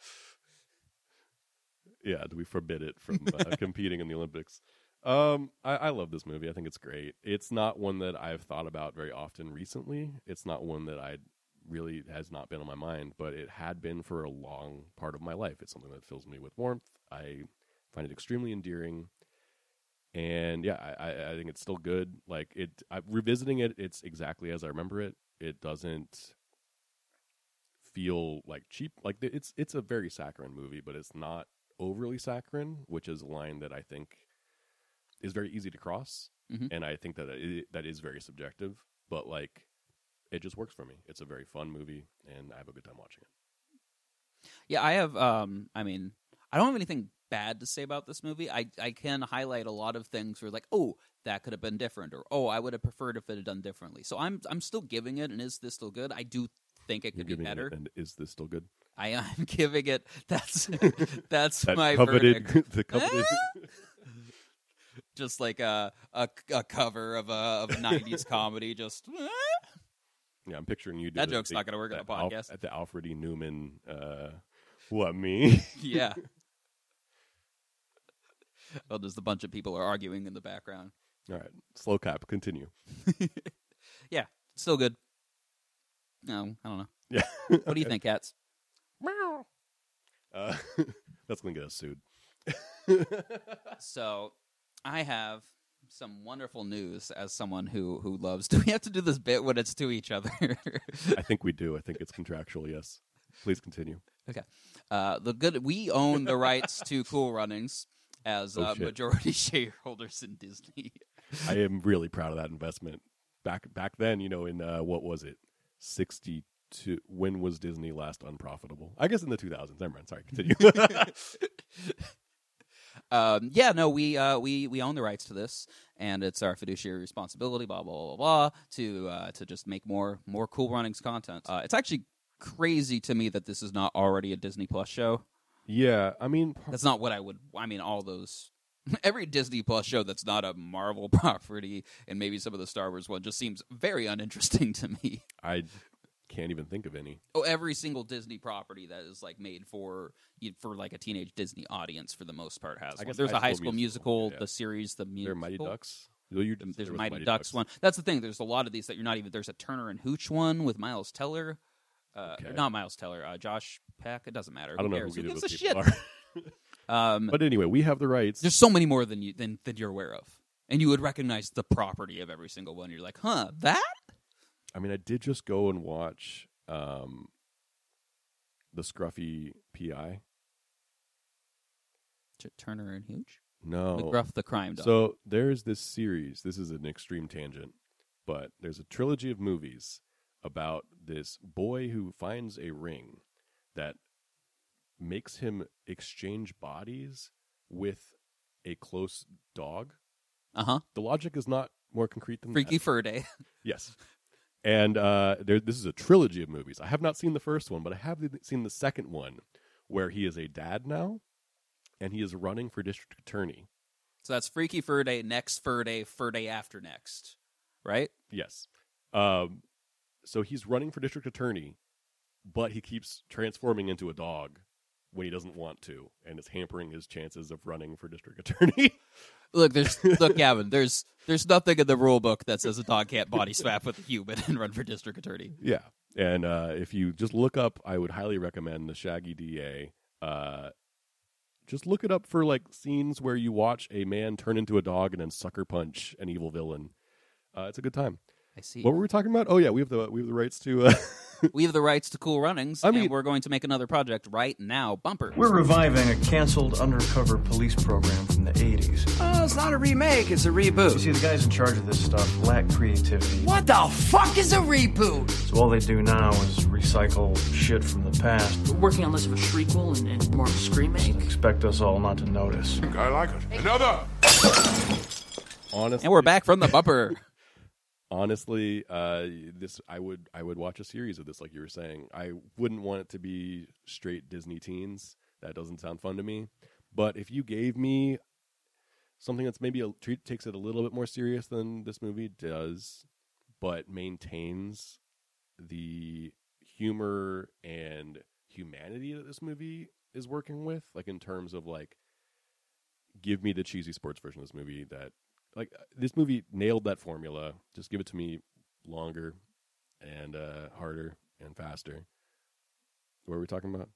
Speaker 5: yeah, do we forbid it from uh, competing in the Olympics? Um, I, I love this movie. I think it's great. It's not one that I've thought about very often recently. It's not one that I really has not been on my mind, but it had been for a long part of my life. It's something that fills me with warmth. I find it extremely endearing. And yeah, I, I, I think it's still good. Like it, I, revisiting it, it's exactly as I remember it. It doesn't feel like cheap. Like th- it's it's a very saccharine movie, but it's not overly saccharine, which is a line that I think is very easy to cross,
Speaker 4: Mhm.
Speaker 5: and I think that it, that is very subjective. But like, it just works for me. It's a very fun movie, and I have a good time watching it.
Speaker 4: yeah, I have. Um, I mean, I don't have anything bad to say about this movie. I I can highlight a lot of things where like, oh, that could have been different, or oh, I would have preferred if it had done differently. So I'm I'm still giving it, and is this still good? I do think it could be
Speaker 5: giving it
Speaker 4: better.
Speaker 5: And is this still
Speaker 4: [LAUGHS]
Speaker 5: good?
Speaker 4: I am giving it.
Speaker 5: [LAUGHS]
Speaker 4: That's that's
Speaker 5: That
Speaker 4: my
Speaker 5: coveted, [LAUGHS]
Speaker 4: verdict. [LAUGHS]
Speaker 5: the coveted.
Speaker 4: Just like a a, a cover of a of
Speaker 5: [LAUGHS]
Speaker 4: a '90s comedy. Just eh,
Speaker 5: yeah, I'm picturing you. did
Speaker 4: That
Speaker 5: a
Speaker 4: joke's
Speaker 5: big-
Speaker 4: not gonna work on
Speaker 5: that
Speaker 4: a
Speaker 5: Alf-
Speaker 4: podcast.
Speaker 5: at the Alfred E. Newman. Uh, what me? [LAUGHS]
Speaker 4: yeah. [LAUGHS] well, there's a bunch of people are arguing in the background.
Speaker 5: All right, slow cap. Continue.
Speaker 4: Yeah, still good. No, I don't know.
Speaker 5: Yeah, [LAUGHS]
Speaker 4: What do you think, cats?
Speaker 5: uh, [LAUGHS] that's gonna get us sued.
Speaker 4: So, I have some wonderful news as someone who who loves. Do we have to [LAUGHS] do this bit when it's to each other? [LAUGHS]
Speaker 5: I think we do. I think it's contractual. Yes. Please continue.
Speaker 4: okay. Uh, the good we own the rights
Speaker 5: [LAUGHS]
Speaker 4: to Cool Runnings as
Speaker 5: Oh,
Speaker 4: uh,
Speaker 5: shit.
Speaker 4: majority [LAUGHS] shareholders in Disney.
Speaker 5: I am really proud of that investment. Back back then, you know, in uh, what was it, sixty two? When was Disney last unprofitable? I guess in the two thousands. Never mind. Sorry. Continue. [LAUGHS]
Speaker 4: um, yeah, no, we uh, we we own the rights to this, and it's our fiduciary responsibility, blah blah blah blah, blah to uh, to just make more more cool runnings content. Uh, it's actually crazy to me that this is not already a Disney Plus show.
Speaker 5: yeah, I mean, par-
Speaker 4: That's not what I would. I mean, all those. [LAUGHS] Every Disney Plus show that's not a Marvel [LAUGHS] property, and maybe some of the Star Wars one, just seems very uninteresting to me.
Speaker 5: I can't even think of any.
Speaker 4: Oh, every single Disney property that is like made for for like a teenage Disney audience, for the most part, has.
Speaker 5: I
Speaker 4: one.
Speaker 5: guess
Speaker 4: There's
Speaker 5: High
Speaker 4: a High
Speaker 5: School
Speaker 4: School
Speaker 5: Musical,
Speaker 4: Musical,
Speaker 5: yeah.
Speaker 4: the series, the
Speaker 5: There are
Speaker 4: musical.
Speaker 5: Mighty Ducks. Well, you-
Speaker 4: There's
Speaker 5: there was a
Speaker 4: Mighty, Ducks, one. That's the thing. There's a lot of these that you're not even. There's a Turner and Hooch one with Miles Teller. Uh,
Speaker 5: Okay.
Speaker 4: Not Miles Teller. Uh, Josh Peck. It doesn't matter.
Speaker 5: I don't know
Speaker 4: cares?
Speaker 5: who either of
Speaker 4: gives
Speaker 5: those
Speaker 4: a
Speaker 5: people
Speaker 4: shit?
Speaker 5: are. [LAUGHS]
Speaker 4: Um,
Speaker 5: but anyway, we have the rights.
Speaker 4: There's so many more than you than than you're aware of, and you would recognize the property of every single one. You're like, huh, that.
Speaker 5: I mean, I did just go and watch um, the Scruffy PI.
Speaker 4: T- Turner and Hooch.
Speaker 5: No,
Speaker 4: McGruff the Crime Dog.
Speaker 5: Oh. So there's this series. This is an extreme tangent, but there's a trilogy of movies about this boy who finds a ring that makes him exchange bodies with a close dog.
Speaker 4: uh huh.
Speaker 5: The logic is not more concrete than
Speaker 4: Freaky
Speaker 5: that.
Speaker 4: Fur Day. [LAUGHS]
Speaker 5: Yes. And uh, there, this is a trilogy of movies. I have not seen the first one, but I have th- seen the second one where he is a dad now and he is running for district attorney.
Speaker 4: so that's Freaky Fur Day. Next Fur Day. Fur Day after next. Right.
Speaker 5: Yes. Um, so he's running for district attorney, but he keeps transforming into a dog when he doesn't want to, and it's hampering his chances of running for district [LAUGHS] attorney.
Speaker 4: Look,
Speaker 5: [LAUGHS]
Speaker 4: there's look, Gavin. There's there's nothing in the rule book that says a dog can't body swap with a human and run for district attorney.
Speaker 5: yeah. And uh, if you just look up, I would highly recommend the Shaggy DA. Uh, just look it up for like scenes where you watch a man turn into a dog and then sucker punch an evil villain. Uh, it's a good time.
Speaker 4: I see.
Speaker 5: What were we talking about? Oh yeah, we have the we have the rights to. Uh, [LAUGHS]
Speaker 4: we have the rights to Cool Runnings,
Speaker 5: I mean-
Speaker 4: and we're going to make another project right now. Bumper.
Speaker 8: We're reviving a canceled undercover police program from the 80s.
Speaker 9: Oh, it's not a remake, it's a
Speaker 8: You
Speaker 9: reboot.
Speaker 8: see, the guys in charge of this stuff lack creativity,
Speaker 9: What the fuck is a reboot?
Speaker 8: so all they do now is recycle shit from the past
Speaker 10: We're working on less of a shriekwell and, and more of a scream
Speaker 8: and expect us all not to notice.
Speaker 11: I like it. Another!
Speaker 5: honestly,
Speaker 4: And we're back from the bumper. [LAUGHS]
Speaker 5: honestly uh this i would i would watch a series of this like you were saying i wouldn't want it to be straight disney teens that doesn't sound fun to me but if you gave me something that's maybe a treat takes it a little bit more serious than this movie does but maintains the humor and humanity that this movie is working with like in terms of like give me the cheesy sports version of this movie that like uh, this movie nailed that formula. Just give it to me longer and uh, harder and faster. What were we talking about?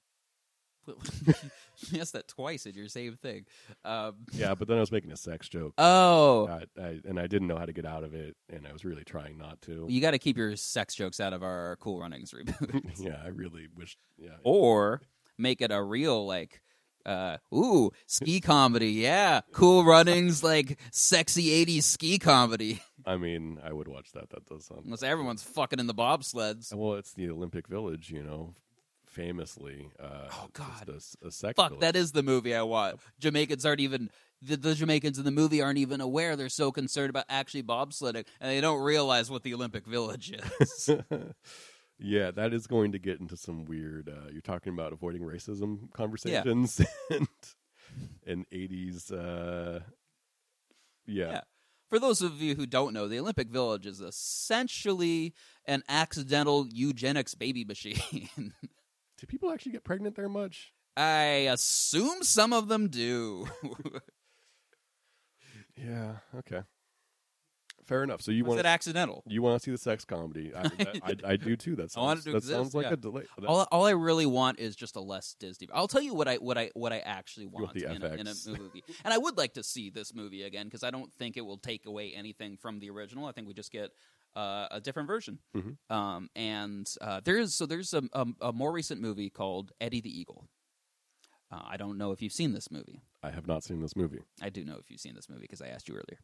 Speaker 4: you asked that twice in your same thing. Um,
Speaker 5: Yeah, but then I was making a sex joke,
Speaker 4: oh,
Speaker 5: I, I, and I didn't know how to get out of it, and I was really trying not to.
Speaker 4: you got to keep your sex jokes out of our Cool Runnings reboot,
Speaker 5: [LAUGHS] Yeah, I really wish. Yeah,
Speaker 4: or make it a real like. Uh, ooh, ski comedy, yeah. Cool runnings, like sexy 80s ski comedy. [LAUGHS]
Speaker 5: I mean, I would watch that. That does sound
Speaker 4: Unless everyone's fucking in the bobsleds.
Speaker 5: well. It's the Olympic Village, you know, famously. Uh,
Speaker 4: Oh, God.
Speaker 5: just a, a sex.
Speaker 4: Fuck,
Speaker 5: village.
Speaker 4: that is the movie I want. Jamaicans aren't even the, the Jamaicans in the movie aren't even aware. They're so concerned about actually bobsledding, and they don't realize what the Olympic Village is.
Speaker 5: Yeah, that is going to get into some weird. Uh, you're talking about avoiding racism conversations [LAUGHS] and and eighties. Uh, yeah.
Speaker 4: Yeah. For those of you who don't know, the Olympic Village is essentially an accidental eugenics baby machine. [LAUGHS]
Speaker 5: Do people actually get pregnant there much?
Speaker 4: I assume some of them do. [LAUGHS]
Speaker 5: Yeah. Okay. Fair enough. So you
Speaker 4: Was
Speaker 5: want
Speaker 4: it accidental?
Speaker 5: you want to see the sex comedy?
Speaker 4: [LAUGHS]
Speaker 5: I, that- I, I do too. That
Speaker 4: I
Speaker 5: sounds,
Speaker 4: want it to
Speaker 5: that
Speaker 4: exist,
Speaker 5: sounds like
Speaker 4: yeah.
Speaker 5: a delay. that-
Speaker 4: all, all I really want is just a less Disney. I'll tell you what I what I what I actually
Speaker 5: want
Speaker 4: want
Speaker 5: the
Speaker 4: in, a, in a
Speaker 5: FX.
Speaker 4: movie, and I would like to see this movie again because I don't think it will take away anything from the original. I think we just get uh, a different version. Um, and uh, there is so there's a, a, a more recent movie called Eddie the Eagle. Uh, I don't know if you've seen this movie.
Speaker 5: I have not seen this movie.
Speaker 4: I do know if you've seen this movie because I asked you earlier.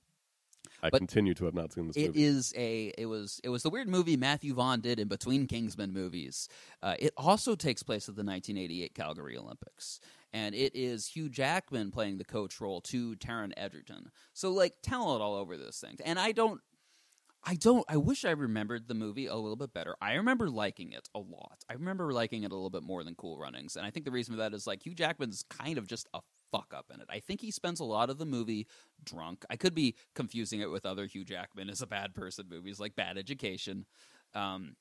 Speaker 5: I
Speaker 4: But-
Speaker 5: continue to have not seen this
Speaker 4: It
Speaker 5: movie.
Speaker 4: is a it was it was the weird movie Matthew Vaughn did in between Kingsman movies. Uh, it also takes place at the 1988 Calgary Olympics, and it is Hugh Jackman playing the coach role to Taron Egerton. So like talent all over this thing, and I don't. I don't. I wish I remembered the movie a little bit better. I remember liking it a lot. I remember liking it a little bit more than Cool Runnings, and I think the reason for that is like Hugh Jackman's kind of just a fuck up in it. I think he spends a lot of the movie drunk. I could be confusing it with other Hugh Jackman as a bad person movies like Bad Education. Um,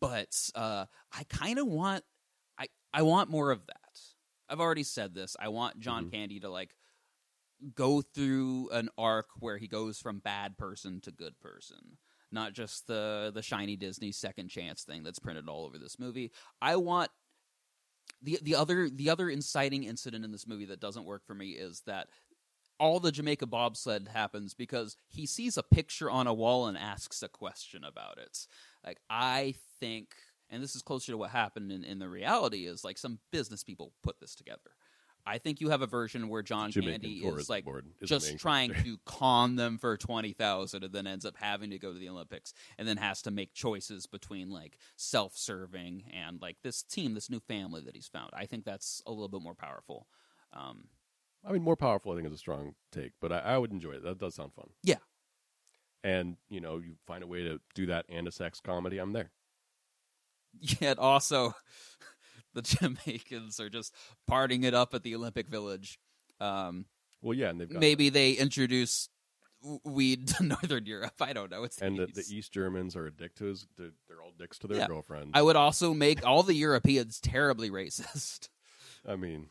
Speaker 4: but uh, I kind of want I I want more of that. I've already said this. I want John Candy to like go through an arc where he goes from bad person to good person. Not just the the shiny Disney second chance thing that's printed all over this movie. I want the the other the other inciting incident in this movie that doesn't work for me is that all the Jamaica bobsled happens because he sees a picture on a wall and asks a question about it. Like I think and this is closer to what happened in, in the reality is like some business people put this together. I think you have a version where John
Speaker 5: Jamaican
Speaker 4: Candy is
Speaker 5: Tourism
Speaker 4: like
Speaker 5: Board is the
Speaker 4: just
Speaker 5: main
Speaker 4: trying to con them for 20,000 and then ends up having to go to the Olympics and then has to make choices between like self-serving and like this team, this new family that he's found. I think that's a little bit more powerful. Um,
Speaker 5: I mean, more powerful. I think is a strong take, but I, I would enjoy it. That does sound fun.
Speaker 4: yeah.
Speaker 5: And you know, you find a way to do that and a sex comedy. I'm there.
Speaker 4: [LAUGHS] Yet also the Jamaicans are just partying it up at the Olympic Village. Um,
Speaker 5: Well, yeah, and they've got
Speaker 4: maybe they introduce w- weed [LAUGHS] to Northern Europe. I don't know. It's the
Speaker 5: and the,
Speaker 4: East.
Speaker 5: the East Germans are addicted. To his, they're, they're all dicks to their
Speaker 4: Yeah.
Speaker 5: girlfriends.
Speaker 4: I would also make all the Europeans terribly racist. [LAUGHS]
Speaker 5: I mean,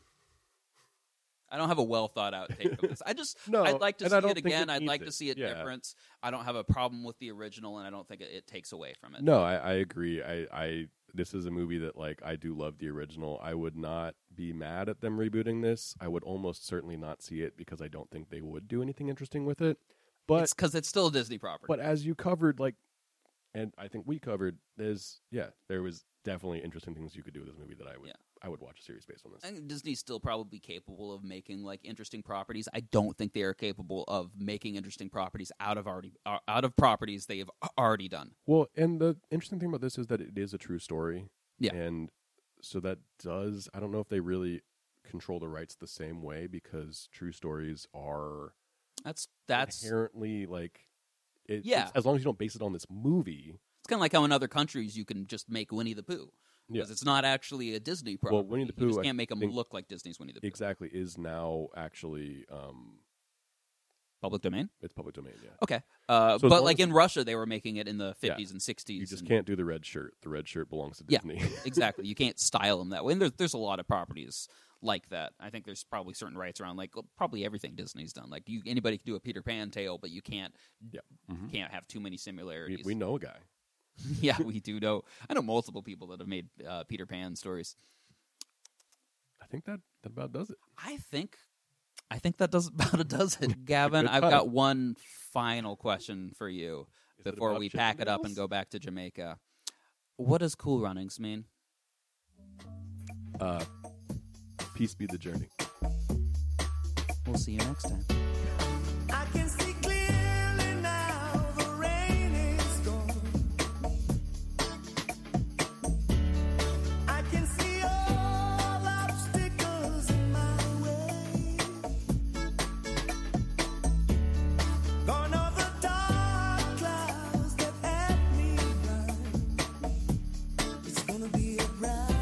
Speaker 4: I don't have a well thought out take
Speaker 5: [LAUGHS]
Speaker 4: of this. I just
Speaker 5: No,
Speaker 4: I'd like to
Speaker 5: and
Speaker 4: see
Speaker 5: I don't
Speaker 4: it
Speaker 5: think
Speaker 4: again.
Speaker 5: it
Speaker 4: I'd
Speaker 5: needs
Speaker 4: like
Speaker 5: it.
Speaker 4: to see it
Speaker 5: Yeah.
Speaker 4: different. I don't have a problem with the original, and I don't think it, it takes away from it.
Speaker 5: no, I, I agree. I, I this is a movie that like I do love the original. I would not be mad at them rebooting this. I would almost certainly not see it because I don't think they would do anything interesting with it. But
Speaker 4: it's because it's still a Disney property.
Speaker 5: But as you covered, like, and I think we covered, there's yeah, there was definitely interesting things you could do with this movie that I would
Speaker 4: Yeah.
Speaker 5: I would watch a series based on this.
Speaker 4: I think Disney's still probably capable of making like interesting properties. I don't think they are capable of making interesting properties out of already uh, out of properties they have a- already done.
Speaker 5: Well, and the interesting thing about this is that it is a true story.
Speaker 4: Yeah.
Speaker 5: and so that does I don't know if they really control the rights the same way because true stories are
Speaker 4: That's that's it's
Speaker 5: inherently like it,
Speaker 4: Yeah.
Speaker 5: it's- as long as you don't base it on this movie.
Speaker 4: kind of like how in other countries you can just make Winnie the Pooh
Speaker 5: Yeah.
Speaker 4: because it's not actually a Disney property.
Speaker 5: Winnie the
Speaker 4: you just
Speaker 5: Pooh, I
Speaker 4: can't make them
Speaker 5: think-
Speaker 4: look like Disney's Winnie the Pooh.
Speaker 5: Exactly is now actually um
Speaker 4: Public domain.
Speaker 5: it's public domain. Yeah,
Speaker 4: Okay, uh,
Speaker 5: So as
Speaker 4: but
Speaker 5: long
Speaker 4: like
Speaker 5: as-
Speaker 4: in Russia, they were making it in the
Speaker 5: Yeah.
Speaker 4: fifties and sixties.
Speaker 5: you just can't do the red shirt. The red shirt belongs to
Speaker 4: Yeah.
Speaker 5: Disney. [LAUGHS]
Speaker 4: exactly. You can't style them that way. And there's there's a lot of properties like that. I think there's probably certain rights around like probably everything Disney's done. Like you, anybody can do a Peter Pan tale, but you can't
Speaker 5: Yeah. Mhm.
Speaker 4: can't have too many
Speaker 5: we,
Speaker 4: similarities.
Speaker 5: we know a guy.
Speaker 4: [LAUGHS] yeah, we do know. I know multiple people that have made uh, Peter Pan stories.
Speaker 5: I think that, that about does it.
Speaker 4: I think. I think that does [LAUGHS] about it does
Speaker 5: [LAUGHS]
Speaker 4: it, Gavin.
Speaker 5: Good
Speaker 4: I've
Speaker 5: cut.
Speaker 4: got one final question for you
Speaker 5: Is it
Speaker 4: before
Speaker 5: about
Speaker 4: we
Speaker 5: chicken
Speaker 4: pack it up and
Speaker 5: noodles?
Speaker 4: go back to Jamaica. What does cool runnings mean?
Speaker 5: Uh, peace be the journey.
Speaker 4: We'll see you next time.
Speaker 9: I can see clearly now the rain is gone. I can see all obstacles in my way. Gone are the dark clouds that at me blind. right.